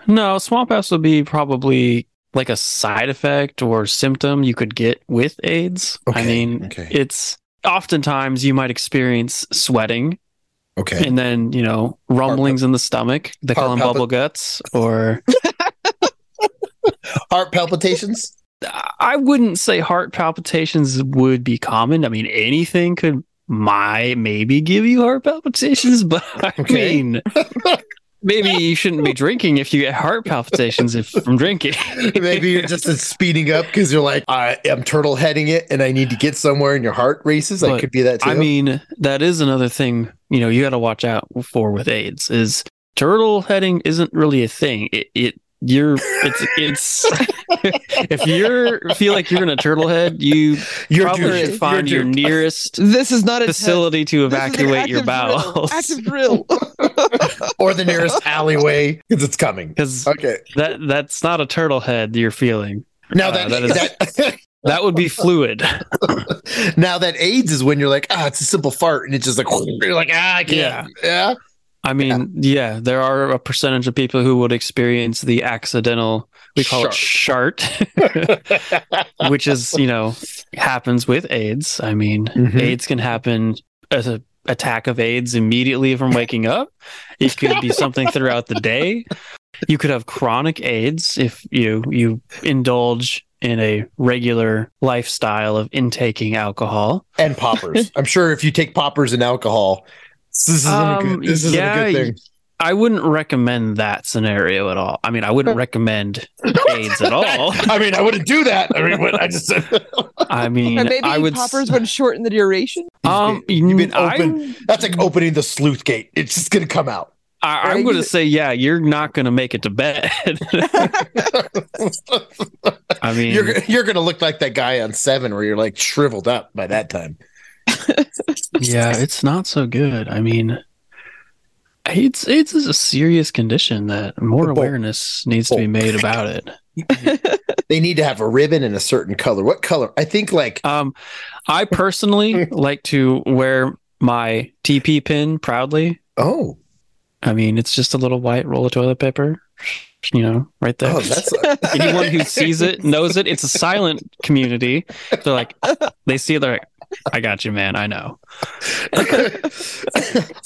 D: no swamp ass would be probably like a side effect or symptom you could get with aids i
C: Okay,
D: mean
C: okay.
D: it's oftentimes you might experience sweating
C: Okay.
D: and then you know rumblings in the stomach they call
C: Heart
D: them
C: palpit-
D: bubble guts or
C: Heart palpitations?
D: i wouldn't say heart palpitations would be common i mean anything could my maybe give you heart palpitations but i
C: Okay.
D: mean maybe you shouldn't be drinking if you get heart palpitations if from drinking.
C: Maybe you're just speeding up because you're like, I am turtle heading it and I need to get somewhere and your heart races. I
D: But,
C: could be that too.
D: I mean, that is another thing, you know, you got to watch out for with AIDS is turtle heading isn't really a thing. It it you're it's it's if you're feel like you're in a turtle head, you
C: You're
D: probably
C: duped.
D: should find
C: You're
D: your
C: duped.
D: nearest
E: This is not a test.
D: facility to
E: This is an
D: evacuate your
E: active drill.
D: bowels
E: Active drill.
C: or the nearest alleyway because it's coming.
D: because
C: Okay.
D: that that's not a turtle head you're feeling.
C: Now
D: Uh,
C: that,
D: that is-
C: that
D: That would be fluid.
C: now that AIDS is when you're like, ah, it's a simple fart, and it's just like you're like, ah, I can't. Yeah.
D: I mean, yeah. there are a percentage of people who would experience the accidental, we call it shart, which is, you know, happens with AIDS. I mean,
C: Mhm.
D: AIDS can happen as a attack of AIDS immediately from waking up. It could be something throughout the day. You could have chronic AIDS if you you indulge in a regular lifestyle of intaking alcohol.
C: And poppers. I'm sure if you take poppers and alcohol, this isn't a
D: Um,
C: good. This isn't a
D: yeah,
C: good thing.
D: I wouldn't recommend that scenario at all. I mean, I wouldn't recommend AIDS at all.
C: I mean, I wouldn't do that. I mean, what I just said.
D: I mean,
E: And maybe
D: I would s-
E: poppers would shorten the duration.
D: um,
C: You've been
D: I-
C: open. That's like opening the sleuth gate. It's just gonna come out.
D: I, I'm
E: Right?
D: going to say, yeah, you're not going to make it to bed. I mean,
C: You're you're gonna look like that guy on Seven, where you're like shriveled up by that time.
D: yeah, it's not so good. I mean, AIDS AIDS is a serious condition that more
C: Oh.
D: awareness needs to
C: Oh.
D: be made about it.
C: They need to have a ribbon in a certain color. What color? I think like
D: Um, I personally like to wear my TP pin proudly.
C: oh
D: I mean, it's just a little white roll of toilet paper, you know, right there.
C: oh that's
D: Anyone who sees it knows it. It's a silent community. They're like, they see it, they're like, I got you, man. I know.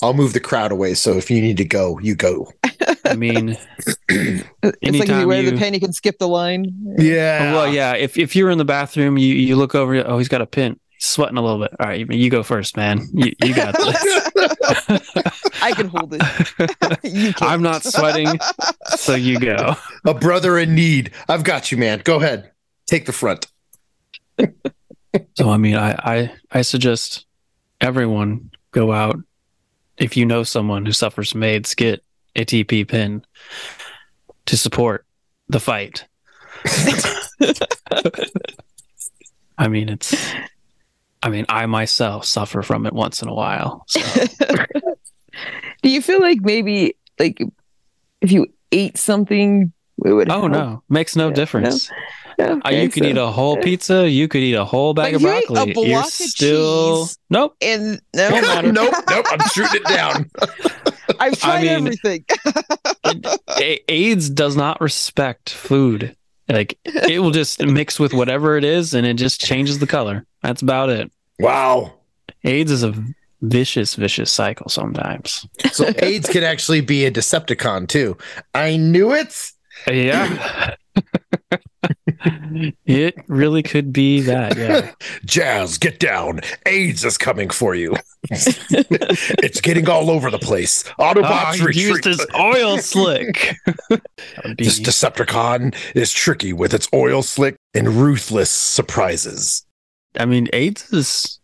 C: I'll move the crowd away. So if you need to go, you go.
D: I mean,
E: It's like if
D: Anytime
E: you wear
D: you-
E: the pen, you can skip the line.
C: Yeah.
D: Oh, well, yeah. If if you're in the bathroom, you you look over. Oh, he's got a pin. He's sweating a little bit. All right, you, you go first, man. You, you got this.
E: I can hold it. you can't.
D: I'm not sweating, so you go.
C: A brother in need. I've got you, man. Go ahead. Take the front.
D: So I mean, I, I I suggest everyone go out if you know someone who suffers from AIDS, get a TP pin to support the fight. I mean, it's. I mean, I myself suffer from it once in a while. So
E: Do you feel like maybe like if you ate something, it would?
D: oh
E: help?
D: no, makes no
E: Yeah,
D: difference.
E: I don't
D: Uh, you
E: think
D: could
E: so.
D: eat a whole pizza. You could eat a whole bag
E: But
D: of
E: you ate a
D: broccoli. You're
E: block of
D: still
E: cheese.
D: nope.
E: And no,
D: Won't matter.
C: nope. Nope. I'm shooting it down.
E: I've tried
D: mean-
E: everything.
D: A- AIDS does not respect food. Like it will just mix with whatever it is, and it just changes the color. That's about it.
C: Wow.
D: AIDS is a vicious, vicious cycle. Sometimes.
C: So AIDS could actually be a Decepticon too. I knew it.
D: Yeah. it really could be that. Yeah.
C: Jazz, get down. AIDS is coming for you. it's getting all over the place.
D: Ah,
C: Autobots
D: he
C: retreat.
D: used his oil slick. That would be-
C: This Decepticon is tricky with its oil slick and ruthless surprises.
D: I mean, AIDS is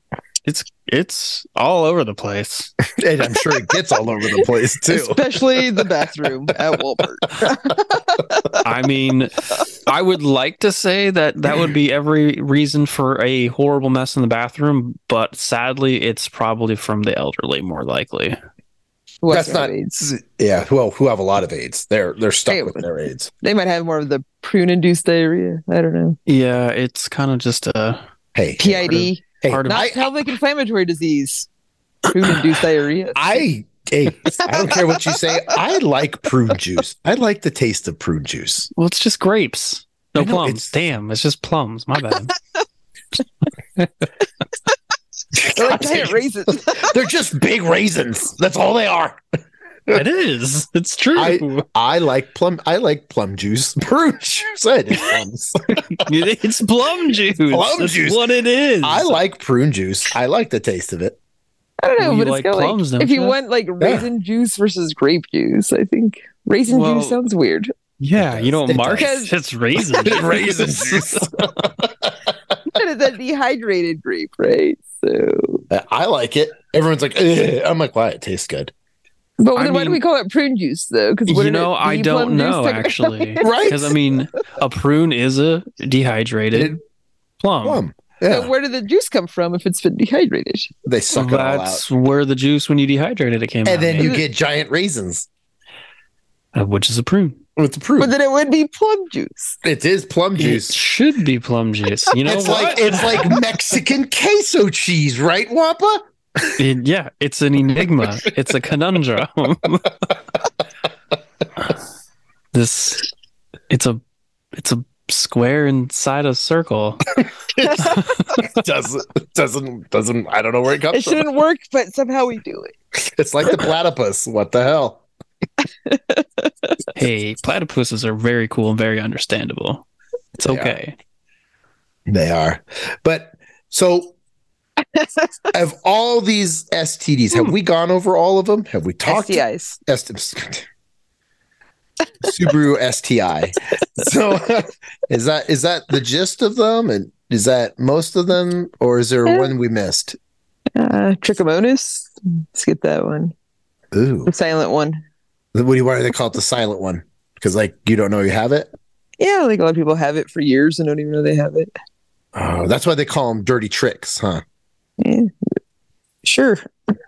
D: it's it's all over the place.
C: And I'm sure it gets all over the place too.
E: Especially the bathroom at Walmart.
D: I mean, I would like to say that that would be every reason for a horrible mess in the bathroom, but sadly, it's probably from the elderly more likely.
E: Who else
C: That's not
E: have AIDS?
C: Yeah, well, who have a lot of AIDS. They're they're stuck
E: Hey,
C: with their AIDS.
E: They might have more of the prune-induced diarrhea. I don't know.
D: Yeah, it's kind of just uh, a
C: Hey,
E: PID,
C: Hey,
D: part of
E: not
C: I-
E: pelvic inflammatory disease. Prune-induced diarrhea.
C: I hey, I don't care what you say. I like prune juice. I like the taste of prune juice.
D: well, it's just grapes. No
C: I know,
D: plums.
C: it's-
D: Damn, it's just plums. My bad.
E: They're like giant raisins.
C: They're just big raisins. That's all they are.
D: it is. It's true.
C: I- I like plum. I like plum juice. Prune juice. I, did plums.
D: it's plum juice.
C: Plum
D: That's
C: juice.
D: what it is.
C: I like prune juice. I like the taste of it.
E: I don't know,
D: You
E: but
D: like
E: it's got
D: plums, don't
E: like if you
D: you?
E: want like raisin juice versus grape juice, I think raisin
D: Well-
E: juice sounds weird.
D: Yeah, you know,
C: It
D: Mark.
E: does.
D: It's raisin.
C: Raisin juice.
E: But it's a dehydrated grape, right? So
C: I like it. Everyone's like, "Ugh." I'm like, why? It tastes good.
E: But
D: I
E: then why
D: mean-
E: do we call it prune juice though? Because
D: you know, I don't know actually,
C: Right.
D: because I mean, a prune is a dehydrated plum.
C: Plum. Yeah,
E: So where did the juice come from if it's been dehydrated?
C: they suck it all out,
D: That's where the juice, when you dehydrate it, it came out,
C: and then you
E: man.
C: get giant raisins
D: uh, which is a prune.
C: with the
E: But
C: proof.
E: then it would be plum juice.
C: It is plum
D: It
C: juice.
D: should be plum juice. You know
C: it's
D: what?
C: like it's like Mexican queso cheese, right, Wampa?
D: It- yeah, it's an enigma. it's a conundrum. this, it's a, it's a square inside a circle.
C: doesn't doesn't doesn't. I don't know where it comes
E: It
C: from.
E: shouldn't work, but somehow we do it.
C: It's like the platypus. What the hell?
D: Hey, platypuses are very cool and very understandable. It's
C: They are.
D: okay.
C: They are, but so of all these STDs, have we gone over all of them? Have we talked? to-
E: STIs.
C: Est- Subaru STI. So is that is that the gist of them? And is that most of them, or is there one we missed?
E: Uh, trichomonas. Let's get that one.
C: Ooh,
E: The silent one.
C: what do you why do they call it the silent one? Because like you don't know you have it.
E: Yeah, like a lot of people have it for years and don't even know they have it.
C: Oh, that's why they call them dirty tricks, huh?
E: Sure.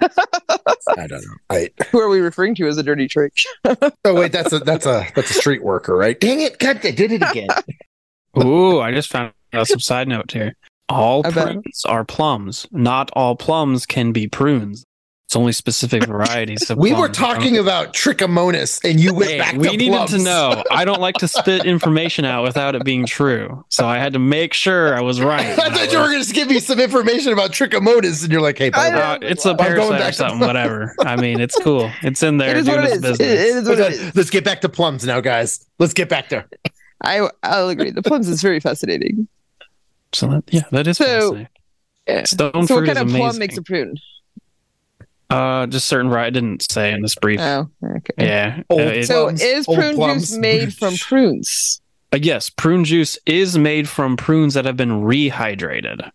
C: I don't know. I
E: Who are we referring to as a dirty trick?
C: oh wait, that's a that's a that's a street worker, right? Dang it! God, they did it again.
D: Ooh, I just found out some side note here. All
E: I bet.
D: prunes are plums. Not all plums can be prunes. It's only specific varieties of
C: We were
D: plums.
C: talking about trichomonas, and you went
D: Hey,
C: back.
D: we
C: to
D: needed to
C: plums.
D: know. I don't like to spit information out without it being true, so I had to make sure I was right.
C: I thought you were going to give me some information about trichomonas, and you're like, "Hey, by the way,
D: Uh, it's a
C: I'm going
D: parasite
C: back
D: or
C: to
D: something, whatever. I mean, it's cool. It's in there.
E: it is
D: doing
E: what it
D: its
E: is. It,
D: business.
E: it is what
C: Okay,
E: it is.
C: Let's get back to plums now, guys. Let's get back there.
E: I, I'll agree. The plums is very fascinating.
D: So that, yeah, that is
E: So,
D: fascinating.
E: yeah.
D: Stone
E: so,
D: fruit
E: what kind
D: is
E: of
D: amazing.
E: plum makes a prune?
D: uh, just certain. Right, I didn't say in this brief.
E: Oh, okay.
D: yeah.
C: Old
D: Uh, it-
E: So,
C: Plums,
E: is
C: old
E: prune
C: plums.
E: juice made from prunes?
D: uh, yes, prune juice is made from prunes that have been rehydrated.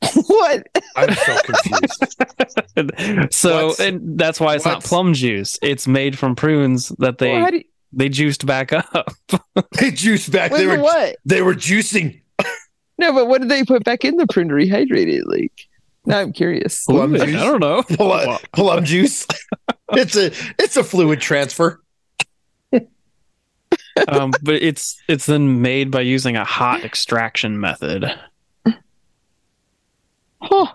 E: what?
C: I'm so confused.
D: so
C: What?
D: and that's why it's not
C: What?
D: plum juice. It's made from prunes that they
E: Well, how do you,
D: they juiced back up.
C: they juiced back.
E: wait,
C: They were
E: what?
C: they were juicing.
E: No, but what did they put back in the prune to rehydrate it? Like, now I'm curious.
C: Plum
D: Ooh, I
C: juice?
D: don't know.
C: Plum, plum juice. it's a it's a fluid transfer.
D: um, but it's it's then made by using a hot extraction method
E: Huh.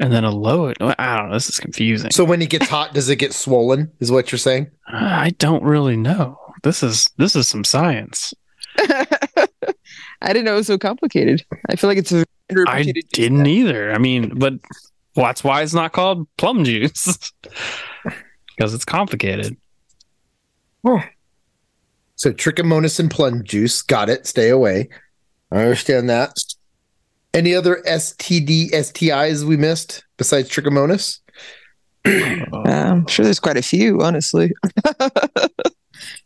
D: and then a low. I don't know. This is confusing.
C: So when it gets hot, does it get swollen? Is what you're saying?
D: I don't really know. This is this is some science.
E: I didn't know it was so complicated. I feel like it's a
D: I didn't either. I mean, but well, that's why it's not called plum juice because it's complicated.
C: So trichomonas and plum juice. Got it. Stay away. I understand that. Any other STD STIs we missed besides trichomonas?
E: Uh, I'm sure there's quite a few, honestly.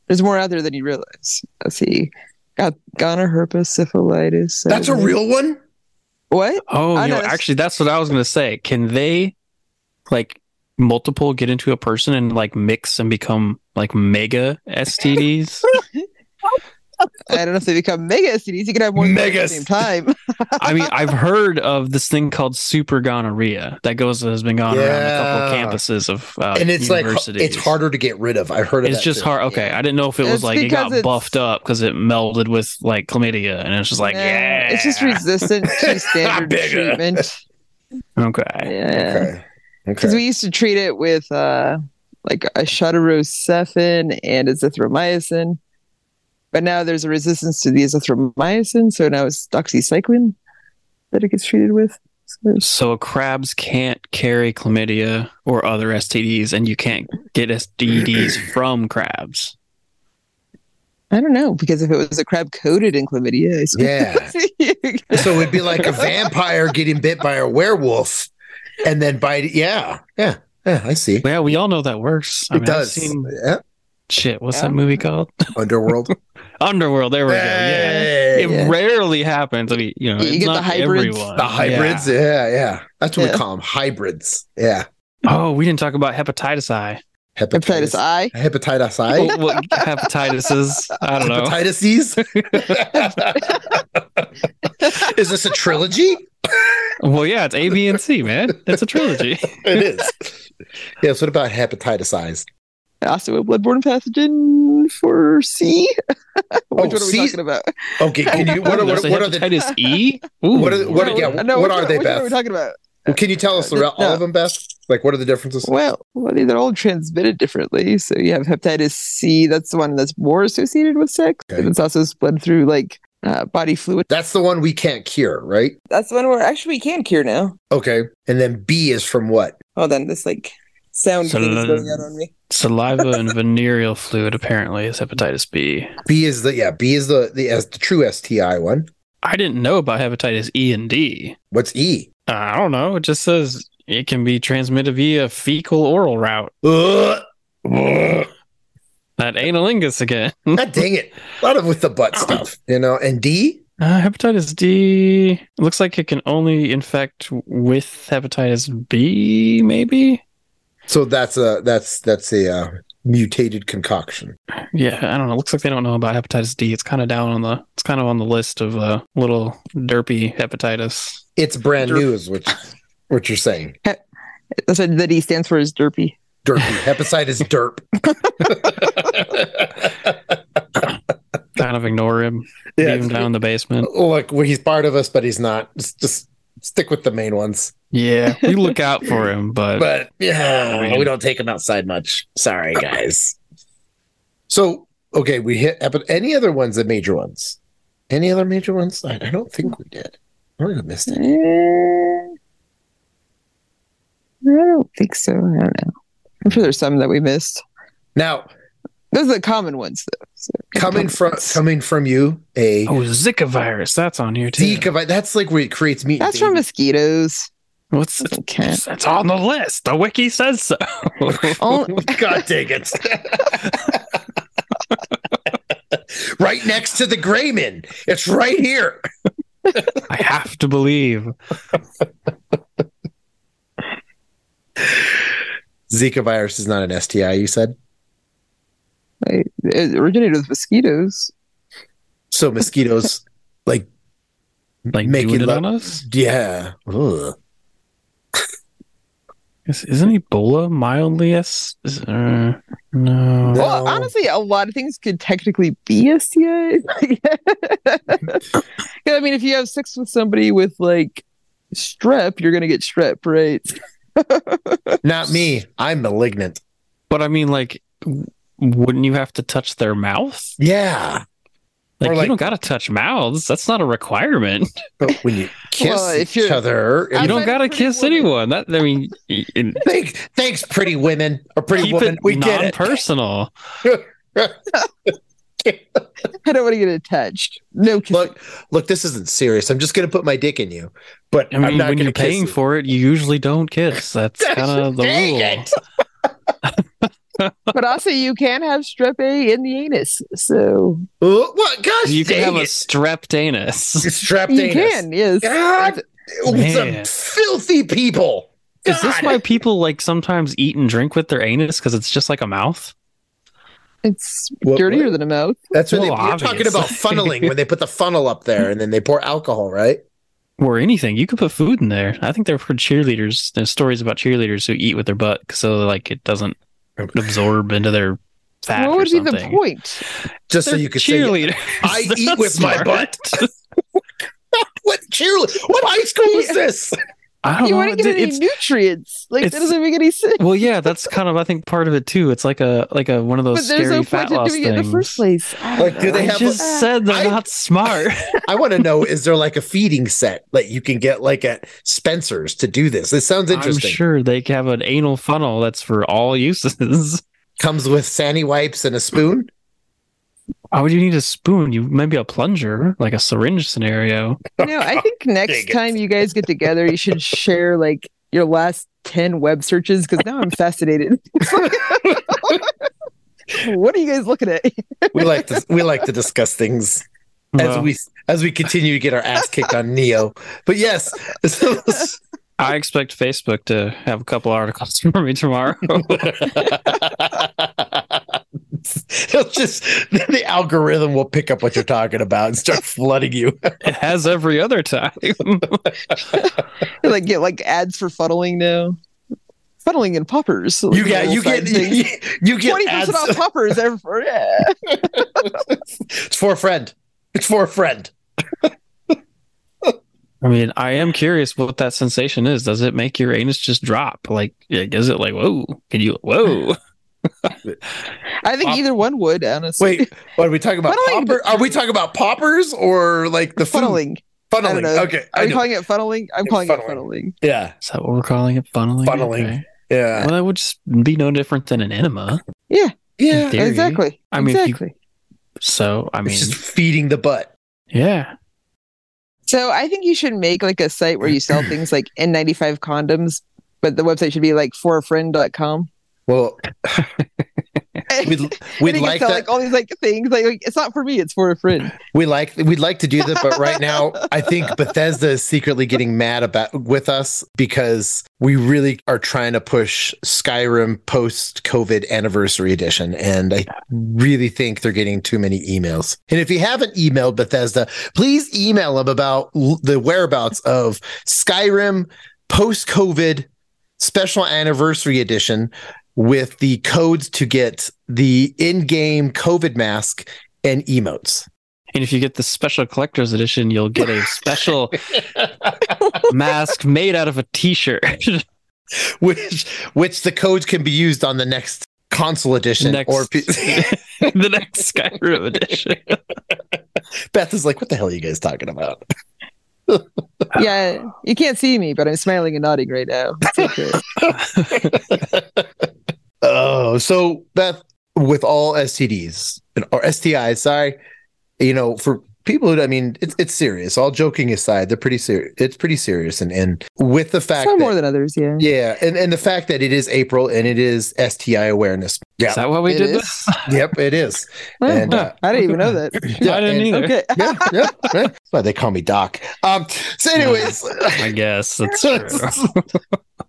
E: there's more out there than you realize. Let's see. Got gonorrhea, syphilitis.
C: That's a
E: uh,
C: real one.
E: What?
D: Oh,
E: I
D: you know,
E: know that's-
D: actually, that's what I was gonna say. Can they like multiple get into a person and like mix and become like mega STDs?
E: I don't know if they become mega STDs. You could have more than one at the
C: Megas.
E: same time.
D: I mean, I've heard of this thing called super gonorrhea that goes has been gone around a
C: Yeah.
D: couple campuses of uh,
C: and it's like
D: universities.
C: it's harder to get rid of. I heard of
D: It's
C: that
D: just
C: too.
D: hard. Okay, I didn't know if it was
E: It's
D: like it
E: because
D: got
E: it's-
D: buffed up because it melded with like chlamydia, and it's just like
E: No,
D: yeah,
E: It's just resistant to standard
C: Bigger.
E: treatment.
D: okay.
E: Yeah.
C: Okay. Okay.
E: because we used to treat it with uh like a shutterosephin and azithromycin but now there's a resistance to the azithromycin so now it's doxycycline that it gets treated with So there's-
D: So crabs can't carry chlamydia or other STDs, and you can't get STDs from crabs.
E: i don't know because if it was a crab coated in chlamydia I suppose-
C: yeah. so it'd be like a vampire getting bit by a werewolf, and then bite. Yeah. Yeah. Yeah. I see.
D: Yeah, we all know that works. I
C: it
D: mean,
C: does.
D: I've seen
C: Yeah.
D: shit. What's
E: Yeah.
D: that movie called?
C: Underworld.
D: Underworld. There we go. Yeah.
C: Hey.
D: it
E: Yeah.
D: rarely happens. I mean, you know,
E: You
D: it's
E: get the
D: not
E: hybrids.
D: everyone.
C: The hybrids. Yeah. Yeah. That's what
E: Yeah.
C: we call them. Hybrids. Yeah.
D: Yeah. Oh, we didn't talk about hepatitis I.
E: Hepatitis I.
C: Hepatitis I.
D: What, what hepatitis is? I don't know.
C: Hepatitis C's? Is this a trilogy?
D: Well, yeah, it's A, B, and C, man. It's a trilogy.
C: It is. Yes. What about hepatitis I's?
E: Also a bloodborne pathogen for C.
C: Oh,
E: Which one are we
C: C?
E: talking about?
C: Okay. Can you, what, are, what,
D: There's
C: are-
D: a
C: what are the?
D: hepatitis E? Ooh.
C: What are- what are- yeah, what are
E: which one-
C: they,
E: which one are we
C: Beth?
E: talking about?
C: Can you tell us
E: Uh,
C: the, all
E: no.
C: of them, Beth? Like, what are the differences?
E: Well, well, they're all transmitted differently. So you have hepatitis C. That's the one that's more associated with sex.
C: Okay.
E: And it's also spread through like uh, body fluid.
C: That's the one we can't cure, right?
E: That's the one where actually we can cure now.
C: Okay. And then B is from what?
E: Hold on, this like sound
D: So-
E: thing is going out on me.
D: Saliva and venereal fluid apparently is hepatitis B.
C: B is the yeah, B is the the as the true STI one.
D: I didn't know about hepatitis E and D.
C: What's E?
D: Uh, I don't know. It just says it can be transmitted via fecal oral route.
C: Ugh. Ugh.
D: That analingus again.
C: God dang it. A lot of with the butt stuff, you know. And D?
D: Uh, hepatitis D it looks like it can only infect with hepatitis B, maybe.
C: So that's a that's that's a uh, mutated concoction.
D: Yeah, I don't know. Looks like they don't know about hepatitis D. It's kind of down on the. It's kind of on the list of uh, little derpy hepatitis.
C: It's brand
E: Derp.
C: new is what what you're saying.
E: That's what the D stands for is derpy.
C: Derpy. Hepatitis derp.
D: Kind of ignore him.
C: yeah,
D: leave him down in the basement.
C: Look, well, he's part of us, but he's not. Just, just stick with the main ones.
D: Yeah, we look out for him, but,
C: but yeah,
D: I mean-
C: we don't take them outside much. Sorry, guys. So okay, we hit. But any other ones? The major ones? Any other major ones? I, I don't think we did. I might have missed
E: Eh,
C: it.
E: I don't think so. Eh, I don't know. I'm sure there's some that we missed.
C: Now
E: Those are the common ones, though. So,
C: coming
E: common
C: from
E: ones.
C: coming from you, a
D: oh, Zika virus. That's on here too.
C: Zika. vi- That's like where it creates meat. and
E: That's from
C: baby.
E: mosquitoes.
D: What's
E: Doesn't count.
D: it's, it's on the list. The wiki says so.
E: Oh,
C: God dang it! right next to the Grayman. It's right here.
D: I have to believe.
C: Zika virus is not an STI. You said
E: like, it originated with mosquitoes.
C: so. Mosquitoes like
D: Like
C: Make it
D: doing it
C: look-
D: on us.
C: Yeah. Ugh.
D: Is, isn't Ebola mildly S? Is, uh, no.
C: No.
E: Well, honestly, a lot of things could technically be STIs. Like, 'Cause, I mean, if you have sex with somebody with like strep, you're gonna get strep, right?
C: Not me. I'm malignant.
D: But I mean, like, w- wouldn't you have to touch their mouth?
C: Yeah.
D: Like,
C: Or, like-
D: you don't gotta touch mouths. That's not a requirement.
C: But when you kiss
E: Well, if
C: each
E: you're-
C: other,
E: I
D: you
C: and-
D: don't
E: bet a
D: gotta
E: pretty
D: kiss
E: woman-
D: anyone. That I mean, y- and
C: thanks, thanks, pretty women or pretty
D: keep
C: woman.
D: it
C: We get it.
D: non-personal.
E: I don't want to get attached. No, kidding.
C: Look, look, this isn't serious. I'm just gonna put my dick in you, but I
D: I
C: am
D: mean,
C: not
D: when
C: gonna
D: you're
C: kiss
D: paying
C: you.
D: for it, you usually don't kiss. That's kind of the
C: Dang
D: rule.
C: it.
E: but also you can have strep A in the anus, so
C: Oh, what? Gosh,
D: You can
C: dang
D: have a
C: it.
D: strep anus.
C: strapped
E: you
C: anus.
E: can. Yes,
C: God,
D: Man.
C: some filthy people.
D: Is this
C: God.
D: why people like sometimes eat and drink with their anus because it's just like a mouth?
E: it's
C: What-
E: dirtier than a mouth.
C: That's what they,
D: Well,
C: you're talking about
D: obviously.
C: funneling when they put the funnel up there and then they pour alcohol, right?
D: Or anything. You could put food in there. I think there were cheerleaders. There's stories about cheerleaders who eat with their butt so like it doesn't absorb into their fat.
E: what
D: or
E: would be the
D: something.
E: point?
C: Just so
D: They're
C: you could say
D: cheerleaders.
C: I eat
D: That's
C: with my butt. What cheerleader? What high school is this?
D: I don't
E: You
C: Oh,
D: know.
E: wouldn't get
D: It-
E: any
D: it's-
E: nutrients. Like that
D: it's-
E: doesn't make any sense.
D: well, yeah, that's kind of I think part of it too. It's like a like a one of those
E: But there's
D: scary
E: no
D: fat
E: point in
D: loss
E: doing it in
D: things.
E: the first place. I
C: Like,
E: don't
C: do
E: know.
C: they
D: I
C: have
D: just
E: a-
D: said they're
C: I-
D: not smart.
C: I want to know: is there like a feeding set that you can get, like at Spencer's, to do this? This sounds
D: I'm
C: interesting.
D: sure they have an anal funnel that's for all uses.
C: Comes with sandy wipes and a spoon.
D: Why would you need a spoon? You maybe a plunger, like a syringe scenario.
E: No, I think next
C: it.
E: time you guys get together, you should share like your last 10 web searches because now I'm fascinated. what are you guys looking at?
C: We like to we like to discuss things as
D: Well,
C: we as we continue to get our ass kicked on Neo. But yes,
D: I expect Facebook to have a couple articles for me tomorrow.
C: It'll just the algorithm will pick up what you're talking about and start flooding you.
D: It has every other time.
E: like get like ads for funneling now. Funneling and poppers. like,
C: You get
E: little
C: you
E: side
C: get
E: things.
C: you, you get
E: twenty percent
C: ads.
E: off poppers every yeah.
C: It's for a friend. It's for a friend.
D: I mean, I am curious what that sensation is. Does it make your anus just drop? Like, is it like, whoa? Can you, whoa?
E: I think
D: Pop-
E: either one would honestly.
C: Wait, what are we talking about?
E: Funneling-
C: Popper? Are we talking about poppers or like the food?
E: funneling. I don't
C: Funneling.
E: know.
C: Okay,
E: Are
C: I
E: we
C: know.
E: calling it funneling? I'm
C: Yeah,
E: calling it
C: funneling.
E: funneling.
C: Yeah,
D: Is that what we're calling it? Funneling?
C: Funneling.
D: Okay.
C: yeah,
D: Well, that would just be no different than an enema.
C: yeah.
D: Theory.
E: Exactly.
D: I mean, if you-
E: exactly.
D: So, I mean,
C: it's just feeding the butt.
D: yeah.
E: So I think you should make like a site where you sell things like N95 condoms, but the website should be like forafriend.com.
C: Well, we'd we'd
E: And you can
C: like
E: sell,
C: that.
E: like all these like things. Like, like, it's not for me. It's for a friend.
C: We like we'd like to do that, but right now I think Bethesda is secretly getting mad about with us because we really are trying to push Skyrim post COVID anniversary edition, and I really think they're getting too many emails. And if you haven't emailed Bethesda, please email them about l- the whereabouts of Skyrim post COVID special anniversary edition with the codes to get the in-game COVID mask and emotes.
D: And if you get the special collector's edition, you'll get a special mask made out of a t shirt.
C: which which the codes can be used on the next console edition
D: Next.
C: or P-
D: the next Skyrim edition.
C: Beth is like what the hell are you guys talking about
E: Yeah. You can't see me, but I'm smiling and nodding right now. It's okay.
C: oh so Beth with all STDs and- or STIs sorry you know for people who I mean it's it's serious all joking aside they're pretty serious it's pretty serious and and with the fact
E: Some
C: that,
E: more than others. Yeah.
C: yeah and and the fact that it is April and it is STI awareness
D: Is that why we
E: It
D: did
E: is.
D: this?
C: yep it is
E: Oh,
C: and uh,
E: I didn't even know that.
C: Yeah,
D: I didn't
C: and-
D: either.
E: Okay.
C: yeah, yeah, yeah. That's why they call me Doc. Um, so, anyways,
D: I guess that's true.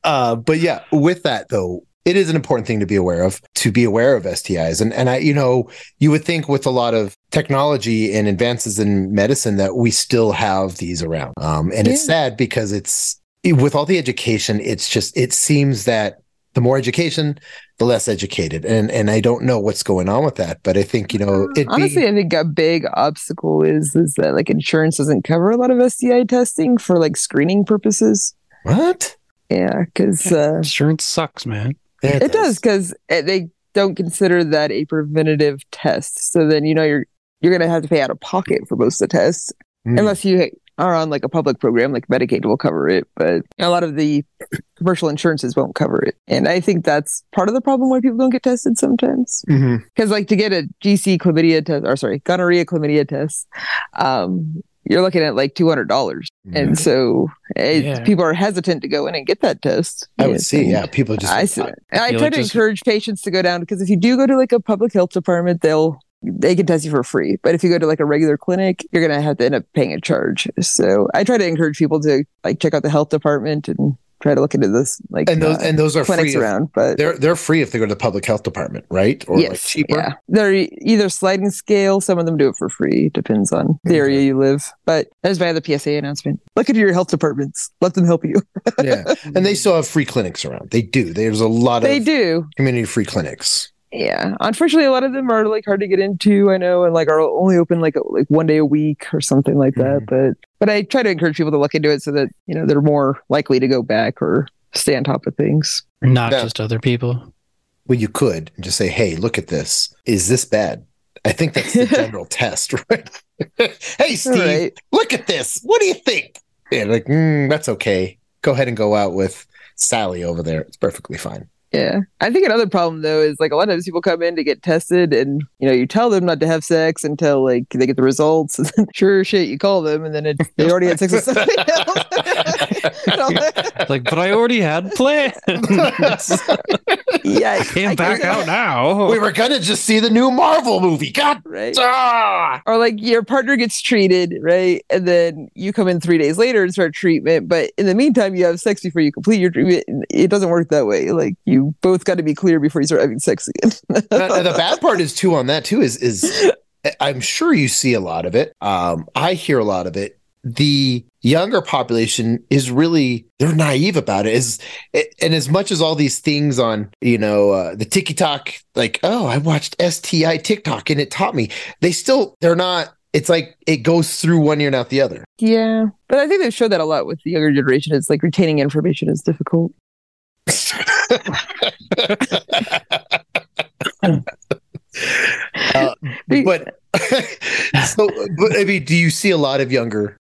C: uh, but yeah, with that though, it is an important thing to be aware of, to be aware of STIs. And and I, you know, you would think with a lot of technology and advances in medicine that we still have these around. Um, and it's sad because it's with all the education, it's just it seems that the more education, the less educated. And and I don't know what's going on with that, but I think you know it.
E: Mm, Honestly, I think a big obstacle is is that like insurance doesn't cover a lot of STI testing for like screening purposes.
C: what
E: Yeah, because uh,
D: Insurance sucks, man.
E: it does because they don't consider that a preventative test. So then you know you're you're gonna have to pay out of pocket for most of the tests
C: Mm.
E: unless you are on like a public program like Medicaid will cover it, but a lot of the commercial insurances won't cover it. And I think that's part of the problem why people don't get tested sometimes.
C: Mhm.
E: because like to get a GC chlamydia test or sorry gonorrhea chlamydia test, um, you're looking at like two hundred dollars,
C: mm.
E: and so it,
D: Yeah.
E: people are hesitant to go in and get that test.
C: I would
E: Yes,
C: see,
E: and
C: yeah. People just
E: I see. And I
D: Yeah,
E: try
D: like
E: to
D: just-
E: encourage patients to go down because if you do go to like a public health department, they'll they can test you for free. But if you go to like a regular clinic, you're gonna have to end up paying a charge. So I try to encourage people to like check out the health department and try to look into this like
C: and those
E: uh,
C: and those are free.
E: clinics
C: If,
E: around. But
C: they're they're free if they go to the public health department, right? Or like cheaper.
E: yeah. They're e, either sliding scale. Some of them do it for free. Depends on the area you live. But there's my other PSA announcement. Look into your health departments. Let them help you.
C: Yeah. and they still have free clinics around. They do. There's a lot
E: They
C: of
E: do.
C: community free clinics.
E: Yeah. Unfortunately, a lot of them are like hard to get into. I know, and like are only open like like one day a week or something like that. But but I try to encourage people to look into it so that you know they're more likely to go back or stay on top of things.
D: Not
C: Yeah.
D: just other people.
C: Well, you could just say, "Hey, look at this. Is this bad?" I think that's the general test, right? hey, Steve,
E: Right.
C: look at this. What do you think? Yeah, like mm, that's okay. Go ahead and go out with Sally over there. It's perfectly fine.
E: Yeah. I think another problem though is like a lot of times people come in to get tested and you know, you tell them not to have sex until like they get the results and then sure shit, you call them and then it, they already had sex with somebody else. And I'm like,
D: like, but I already had plans. Can't
E: Yikes. I
D: back out
E: can't-
D: now.
C: we were gonna just see the new Marvel movie. God,
E: Right.
C: ah!
E: or like your partner gets treated, right? And then you come in three days later and start treatment. But in the meantime, you have sex before you complete your treatment. And It doesn't work that way. Like you both got to be clear before you start having sex again.
C: the, the bad part is too on that too is is I'm sure you see a lot of it. Um, I hear a lot of it. The younger population is really they're naive about it. Is and as much as all these things on you know uh, the TikTok, like oh I watched STI TikTok and it taught me. They still they're not. It's like it goes through one ear and out the other.
E: yeah. But I think they've showed that a lot with the younger generation. It's like retaining information is difficult.
C: Uh, but so but I mean, do you see a lot of younger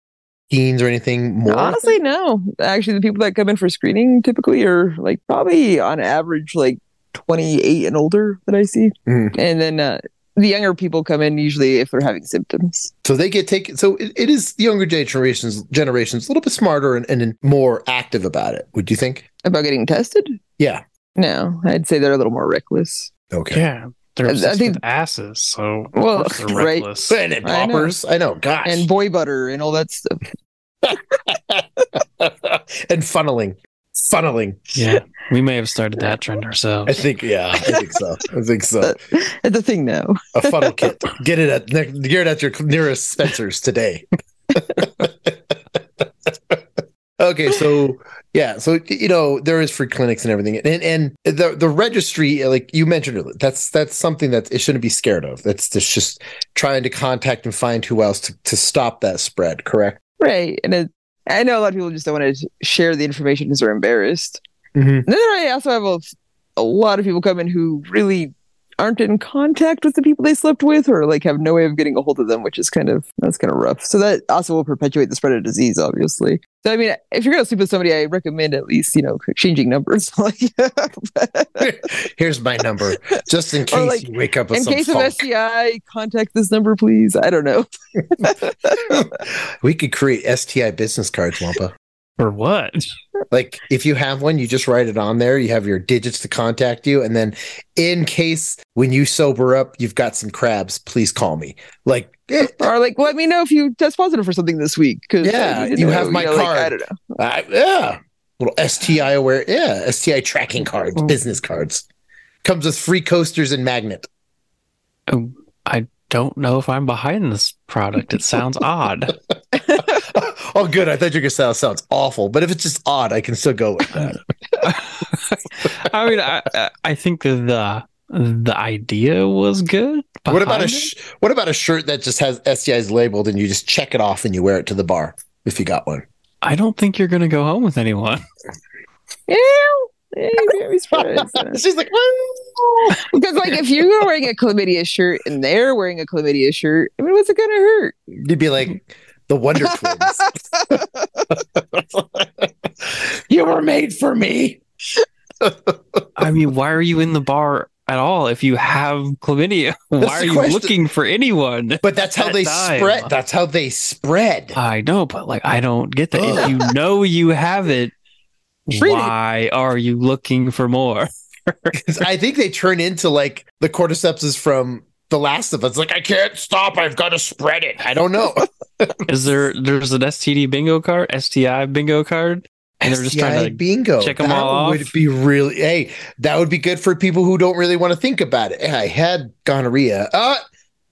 C: teens or anything more?
E: Honestly, no. Actually, the people that come in for screening typically are like probably on average like 28 and older that I see.
C: Mm.
E: And then uh, the younger people come in usually if they're having symptoms.
C: So they get taken. So it, it is the younger generations generations a little bit smarter and, and more active about it. Would you think?
E: About getting tested?
C: Yeah.
E: No, I'd say they're a little more reckless.
C: Okay.
D: Yeah, they're
E: I
D: obsessed
E: think-
D: with asses, so of
E: Well,
D: course they're
E: right.
D: reckless.
C: And it
E: I know.
C: poppers. I know. Gosh.
E: And
C: And,
E: boy butter and all that stuff.
C: funneling. Funneling.
D: Yeah, we may have started that trend ourselves.
C: I think. Yeah. I think so. I think so.
E: But- That's the thing now.
C: A funnel kit. Get it at ne- get it at your nearest Spencer's today. okay, so yeah, so you know there is free clinics and everything, and and the the registry, like you mentioned, earlier, that's that's something that it shouldn't be scared of. That's that's just trying to contact and find who else to, to stop that spread. Correct.
E: Right. And it, I know a lot of people just don't want to share the information because they're embarrassed.
C: Mhm.
E: And then I also have a, a lot of people come in who really aren't in contact with the people they slept with or like have no way of getting a hold of them, which is kind of, that's kind of rough. So that also will perpetuate the spread of disease, obviously. So, I mean, if you're going to sleep with somebody, I recommend at least, you know, exchanging numbers. like,
C: Here's my number, just in case
E: like,
C: you wake up with
E: in
C: some
E: case
C: funk.
E: of STI, contact this number, please. I don't know.
C: we could create STI business cards, Wampa.
D: Or what?
C: Like if you have one, you just write it on there. You have your digits to contact you, and then in case when you sober up, you've got some crabs, please call me. Like eh,
E: Or like, let me know if you test positive for something this week. 'cause I
C: Yeah,
E: need to
C: you
E: know,
C: have my
E: like, I
C: card.
E: don't know.
C: I, yeah, little STI aware, yeah, STI tracking cards,
D: Oh.
C: business cards. Comes with free coasters and magnet.
D: Um, I don't know if I'm behind this product. It sounds odd.
C: oh, good. I thought your style sounds awful, but if it's just odd, I can still go with that.
D: I mean, I I- I think the the idea was good.
C: what about a
D: behind
C: sh- what about a shirt that just has STIs labeled and you just check it off and you wear it to the bar if you got one?
D: it. I don't think you're gonna go home with anyone.
E: Yeah, yeah, you can't be surprised.
C: She's like, "Well."
E: because like if you were wearing a chlamydia shirt and they're wearing a chlamydia shirt, I mean, what's it gonna hurt?
C: You'd be like the Wonder Twins. you were made for me.
D: I mean, why are you in the bar at all if you have chlamydia?
C: That's
D: why
C: the
D: are you
C: question.
D: looking for anyone?
C: But that's how
D: That
C: they
D: time.
C: spread. That's how they spread.
D: I know, but like, I don't get that.
C: Ugh.
D: If you know you have it,
C: Treat it.
D: why are you looking for more?
C: 'Cause I think they turn into like the cordyceps from The Last of Us. Like I can't stop. I've got to spread it. I don't know.
D: Is there? There's an STD bingo card, STI bingo card, and they're just trying
C: STI
D: to
C: bingo.
D: check 'em
C: that
D: all
C: would
D: off.
C: be really. Hey, that would be good for people who don't really want to think about it. Hey, I had gonorrhea. Uh,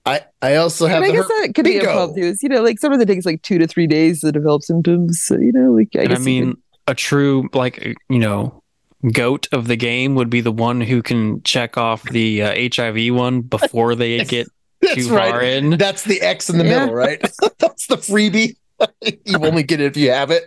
C: I I also have.
E: And I
C: the
E: guess
C: herpes.
E: that could be a
C: Bingo.
E: problem too. Is you know, like sometimes it takes like two to three days to develop symptoms. So you know, like I
D: and I
E: guess you
D: mean, a true like you know goat of the game would be the one who can check off the uh, HIV one before they get
C: That's
D: too
C: right.
D: far in.
C: That's the X in the
E: Yeah.
C: middle, right? That's the freebie. you only get it if you have it.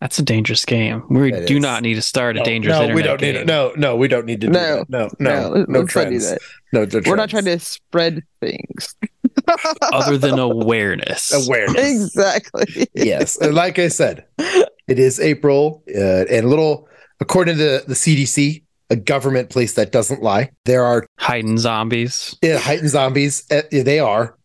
D: That's a dangerous game. We
C: It
D: do
C: is.
D: not need to start a dangerous.
C: no,
D: internet
C: we don't need
D: game.
C: it. No, no, we don't need to do
E: No.
C: that. No,
E: could-
C: no, no,
E: let's not do
C: trends.
E: that.
C: No, no
E: We're not trying
C: trends.
E: to spread things.
D: Other than awareness.
C: awareness.
E: exactly.
C: yes, and like I said, it is April, uh, and a little according to the CDC, a government place that doesn't lie. There are eh,
D: Hiding zombies.
C: uh, heightened zombies. Uh, eh, yeah, they are.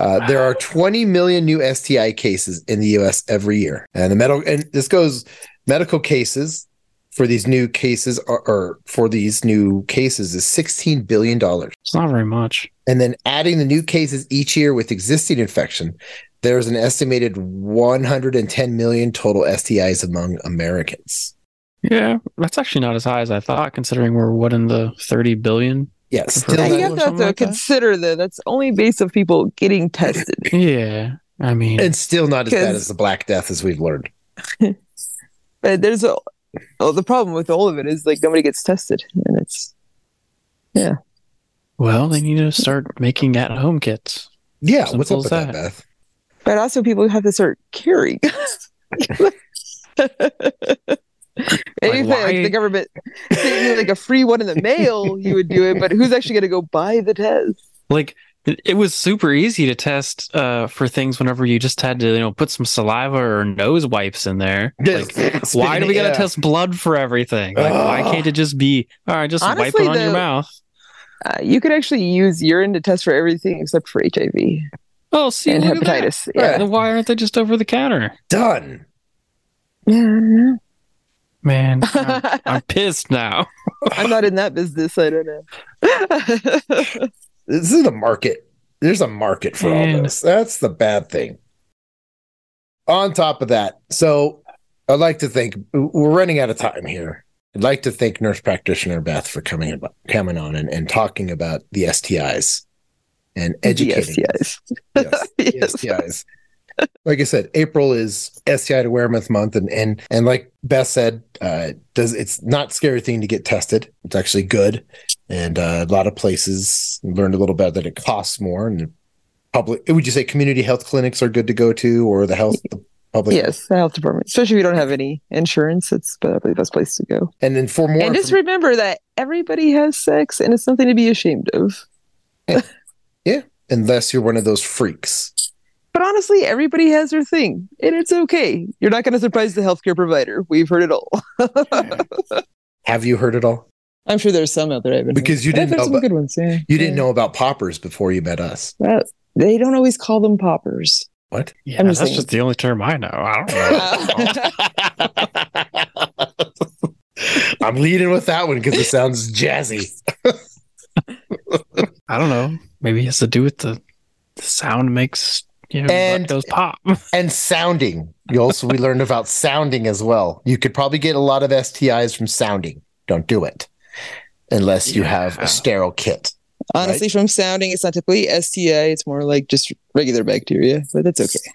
C: Uh, There are 20 million new STI cases in the U.S. every year, and the medical and this goes medical cases for these new cases are, or for these new cases is 16 billion dollars.
D: It's not very much.
C: And then adding the new cases each year with existing infection, there's an estimated 110 million total STIs among Americans.
D: Yeah, that's actually not as high as I thought, considering we're what in the thirty billion.
C: Yeah,
D: Yeah,
E: Yeah,
C: still
D: or
E: you have to, have
D: something
E: to
D: like that?
E: consider that. That's only based of people getting tested.
D: Yeah, I mean,
C: and still not as bad
E: Because-
C: as the Black Death as we've learned.
E: But there's a oh, the problem with all of it is like nobody gets tested, and it's
D: well, they need to start making at-home kits.
C: Yeah,
D: Simple
C: what's up
D: as
C: with that,
D: that.
C: Beth?
E: but also people have to start caring. Maybe if, like,
D: why-
E: the government sent you like a free one in the mail, you would do it. But who's actually going to go buy the test?
D: Like, it it was super easy to test uh, for things whenever you just had to, you know, put some saliva or nose wipes in there. Like, why do we gotta
C: Yeah.
D: test blood for everything? Like, why
C: Ugh.
D: can't it just be all right? Just wipe
E: Honestly,
D: it on your
E: though-
D: mouth.
E: Uh, you could actually use urine to test for everything except for HIV
D: Oh, see,
E: and
D: look at that.
E: hepatitis.
C: Right.
E: Yeah,
D: Then why aren't they just over the counter?
C: done?
E: yeah. I don't know.
D: Man, I'm, I'm pissed now.
E: I'm not in that business. I don't know.
C: This is the market. There's a market for all
D: Man.
C: this. That's the bad thing. On top of that, so I'd like to thank. We're running out of time here. I'd like to thank nurse practitioner Beth for coming about, coming on and, and talking about the STIs and educating.
E: Yes,
C: Yes.
E: yes.
C: the STIs. like I said, April is STI to Awareness Month, and and and like Beth said, uh, does it's not a scary thing to get tested. It's actually good, and uh, a lot of places learned a little bit that it costs more. And public, would you say community health clinics are good to go to, or the health the public?
E: yes, the health department. Especially if you don't have any insurance, it's probably the best place to go.
C: And then for more,
E: and just
C: inform-
E: remember that everybody has sex, and it's something to be ashamed of.
C: unless you're one of those freaks.
E: But honestly, everybody has their thing, and it's okay. You're not going to surprise the healthcare provider. We've heard it all.
C: Have you heard it all?
E: I'm sure there's some out there I haven't.
C: Because you
E: heard. I've
C: didn't
E: heard
C: know.
E: some
C: about-
E: good ones. Yeah,
C: you didn't know about poppers before you met us.
E: Well, they don't always call them poppers.
C: What?
D: Yeah,
E: I'm
D: that's
E: just saying.
D: just the only term I know. I don't know.
C: I'm leading with that one because it sounds jazzy.
D: I don't know. Maybe it has to do with the, the sound makes you know,
C: And-
D: and those pop.
C: And sounding. You also we learned about sounding as well. You could probably get a lot of STIs from sounding. Don't do it. Unless you have
D: Yeah.
C: a sterile kit.
E: Honestly, from sounding, it's not typically STI. It's more like just regular bacteria, but that's okay.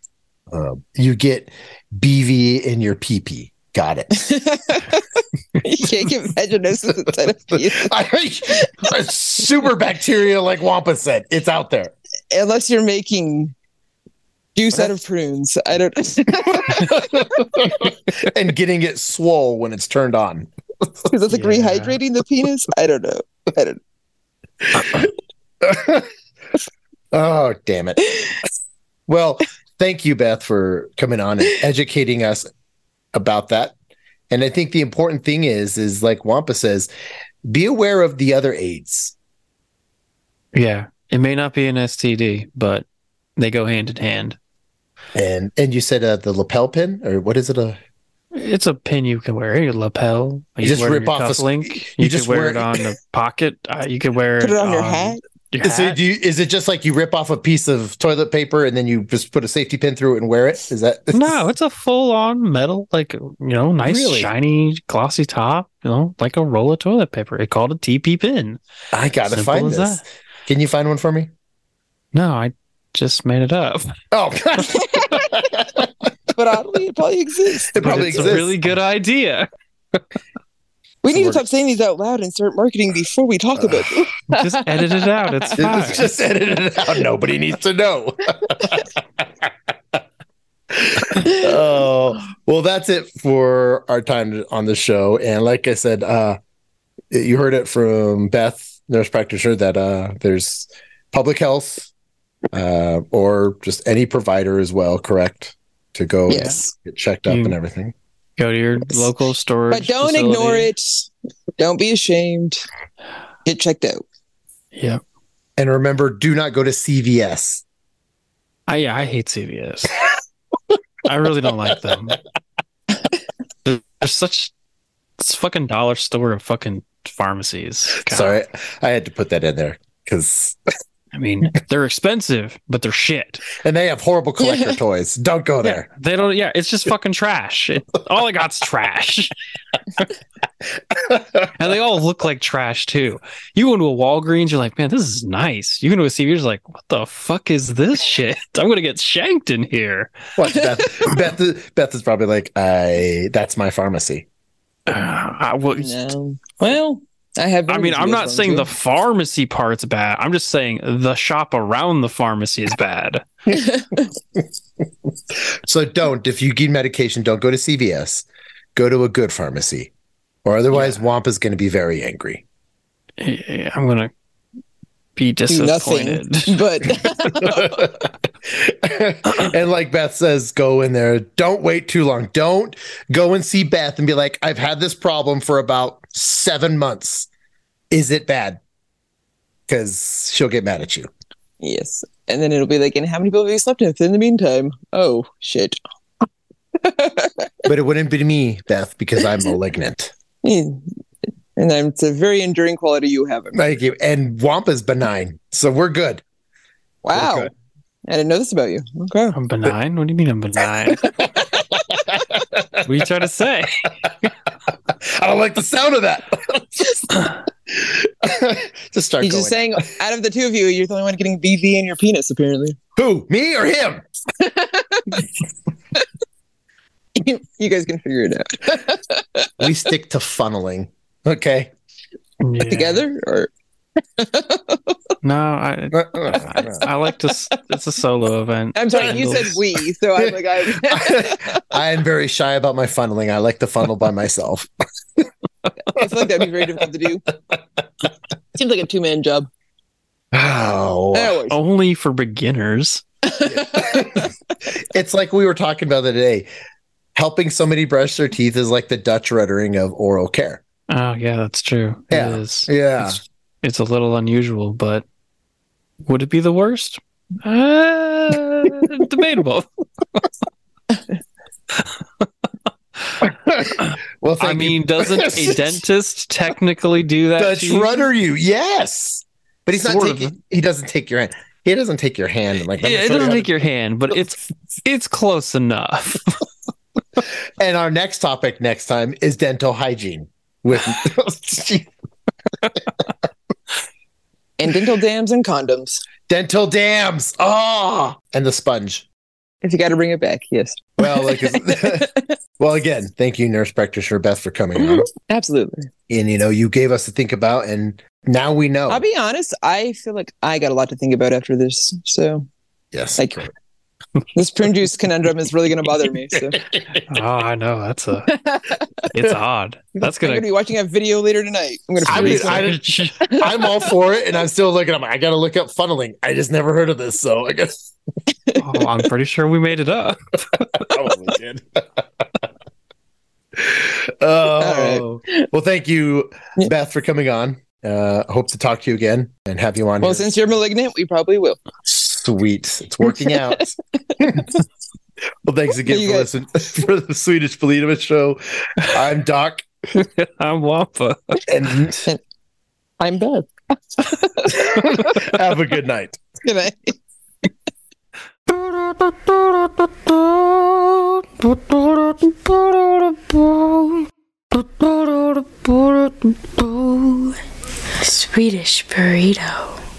C: Um, you get BV in your PP. Got it.
E: you can't get vaginosis instead of penis.
C: I- super bacteria like Wampa said. It's out there.
E: unless you're making juice out of prunes. I don't. Because
C: and getting it swole when it's turned on.
E: that's like
D: Yeah.
E: rehydrating the penis. I don't know. I don't.
C: oh, damn it. Well, thank you, Beth, for coming on and educating us about that. And I think the important thing is, is like Wampa says, be aware of the other AIDS.
D: yeah, it may not be an STD, but they go hand in hand.
C: And and you said uh, the lapel pin, or what is it? uh? A
D: It's a pin you can wear. Your lapel.
C: You
D: can
C: just
D: wear it on
C: rip
D: your
C: off a s-
D: cufflink.
C: you
D: You,
C: just
D: could wear,
C: wear
D: it
C: it-
D: on the pocket. Uh, you could wear
E: Put it on your hat.
D: Your
C: so
D: hat.
C: do you, is it just like you rip off a piece of toilet paper and then you just put a safety pin through it and wear it? Is that
D: no, it's a full-on metal, like you know, nice
C: Really?
D: shiny glossy top. You know, like a roll of toilet paper. It's called a TP pin.
C: I gotta
D: Simple
C: find
D: as
C: this.
D: that.
C: Can you find one for me?
D: No, I just made it up.
C: Oh,
E: But oddly, it probably exists.
C: it probably
D: it's
C: exists.
D: a really good idea.
E: We need to stop saying these out loud and start marketing before we talk about
D: Uh,
E: them.
D: Just edit it out. It's
C: It
D: fine.
C: was just edited out. Nobody needs to know. oh well, that's it for our time on the show. And like I said, uh, you heard it from Beth, nurse practitioner, that uh, there's public health uh, or just any provider as well, correct? To go
E: Yes,
C: get checked up
D: You-
C: and everything.
D: Go to your local storage.
E: but don't
D: facility.
E: ignore it. Don't be ashamed. Get checked out.
D: Yeah.
C: And remember, do not go to CVS.
D: I yeah, I hate CVS. I really don't like them. They're they're such it's fucking dollar store of fucking pharmacies. God.
C: Sorry, I had to put that in there because,
D: I mean, they're expensive, but they're shit.
C: and they have horrible collector toys. Don't go
D: Yeah,
C: Oh, there.
D: they don't. Yeah, it's just fucking trash. It, all I got's trash, and they all look like trash too. You go into a Walgreens, you're like, man, this is nice. You go into a CVS, you're like, what the fuck is this shit? I'm gonna get shanked in here.
C: Watch Beth. Beth. Beth is probably like, I. That's my pharmacy.
D: Uh, I, well,
E: No.
D: well,
E: I have.
D: I mean,
E: Wendy's
D: I'm
E: as
D: not
E: long
D: saying the
E: too.
D: pharmacy part's bad. I'm just saying the shop around the pharmacy is bad.
C: So don't. If you need medication, don't go to CVS. Go to a good pharmacy, or otherwise, Wamp is going to be very angry.
D: Yeah, I'm gonna be
E: Do nothing.
D: disappointed.
E: But
C: and like Beth says, go in there. Don't wait too long. Don't go and see Beth and be like, I've had this problem for about seven months. Is it bad? Because she'll get mad at you.
E: yes, and then it'll be like, and how many people have you slept with in the meantime? Oh shit.
C: But it wouldn't be me, Beth, because I'm malignant.
E: Mm. And I'm, it's a very enduring quality you have. in me.
C: Thank you. And Wampa's benign. So we're good.
E: Wow.
C: Okay.
E: I didn't know this about you. Okay.
D: I'm benign. What do you mean I'm benign? what are you trying to say?
C: I don't like the sound of that. Just start
E: He's
C: going.
E: just saying, out of the two of you, you're the only one getting BV in your penis, apparently.
C: Who, me or him?
E: you guys can figure it out.
C: We stick to funneling. Okay.
D: Yeah.
E: Together? Or
D: No, I I like to. s- It's a solo event.
E: I'm sorry, you said we, so I'm like, I,
C: I am very shy about my funneling. I like to funnel by myself.
E: I feel like that'd be very difficult to do. Seems like a two man job.
C: Oh,
E: Anyways,
D: Only for beginners.
C: it's like we were talking about the other day. Helping somebody brush their teeth is like the Dutch rendering of oral care.
D: Oh yeah, that's true.
C: Yeah.
D: It is.
C: Yeah,
D: It's, it's a little unusual, but would it be the worst? Uh, debatable.
C: well,
D: I
C: thank
D: mean, doesn't a dentist technically do
C: you.
D: that?
C: Dutch
D: to you?
C: rudder you, yes, but he's not
D: Sort of.
C: taking. He doesn't take your hand. He doesn't take your hand. and Like,
D: Yeah,
C: let me
D: it
C: show you
D: doesn't
C: how
D: take
C: to-
D: your hand, but it's it's close enough.
C: And our next topic next time is dental hygiene. With
E: and dental dams and condoms.
C: dental dams, ah, and the sponge.
E: If you got to bring it back, yes.
C: Well, like, well, again, thank you, nurse practitioner Beth, for coming on.
E: Absolutely.
D: Mm-hmm.
C: and you know you gave us to think about and now we know
E: I'll be honest, I feel like I got a lot to think about after this. So,
C: yes
E: like, this prune juice conundrum is really going to bother me. So, I'm
D: Oh, I know that's a. It's odd. That's
E: going to
D: gonna.
E: be watching a video later tonight. I'm going to
C: I
E: prune
C: mean,
E: juice.
C: I- i'm all for it and i'm still looking i'm like, i gotta look up funneling i just never heard of this so i guess
D: oh, I'm pretty sure we made it up.
C: probably did oh well thank you
E: Yeah.
C: beth for coming on uh hope to talk to you again and have you on
E: Well,
C: here.
E: since you're malignant, we probably will.
C: sweet it's working out well thanks again
E: You
C: for
E: guys-
C: listening for the swedish Belita show i'm doc
D: I'm Wampa.
C: and
E: I'm Beth.
C: have a good night
E: Good night.
A: Swedish burrito.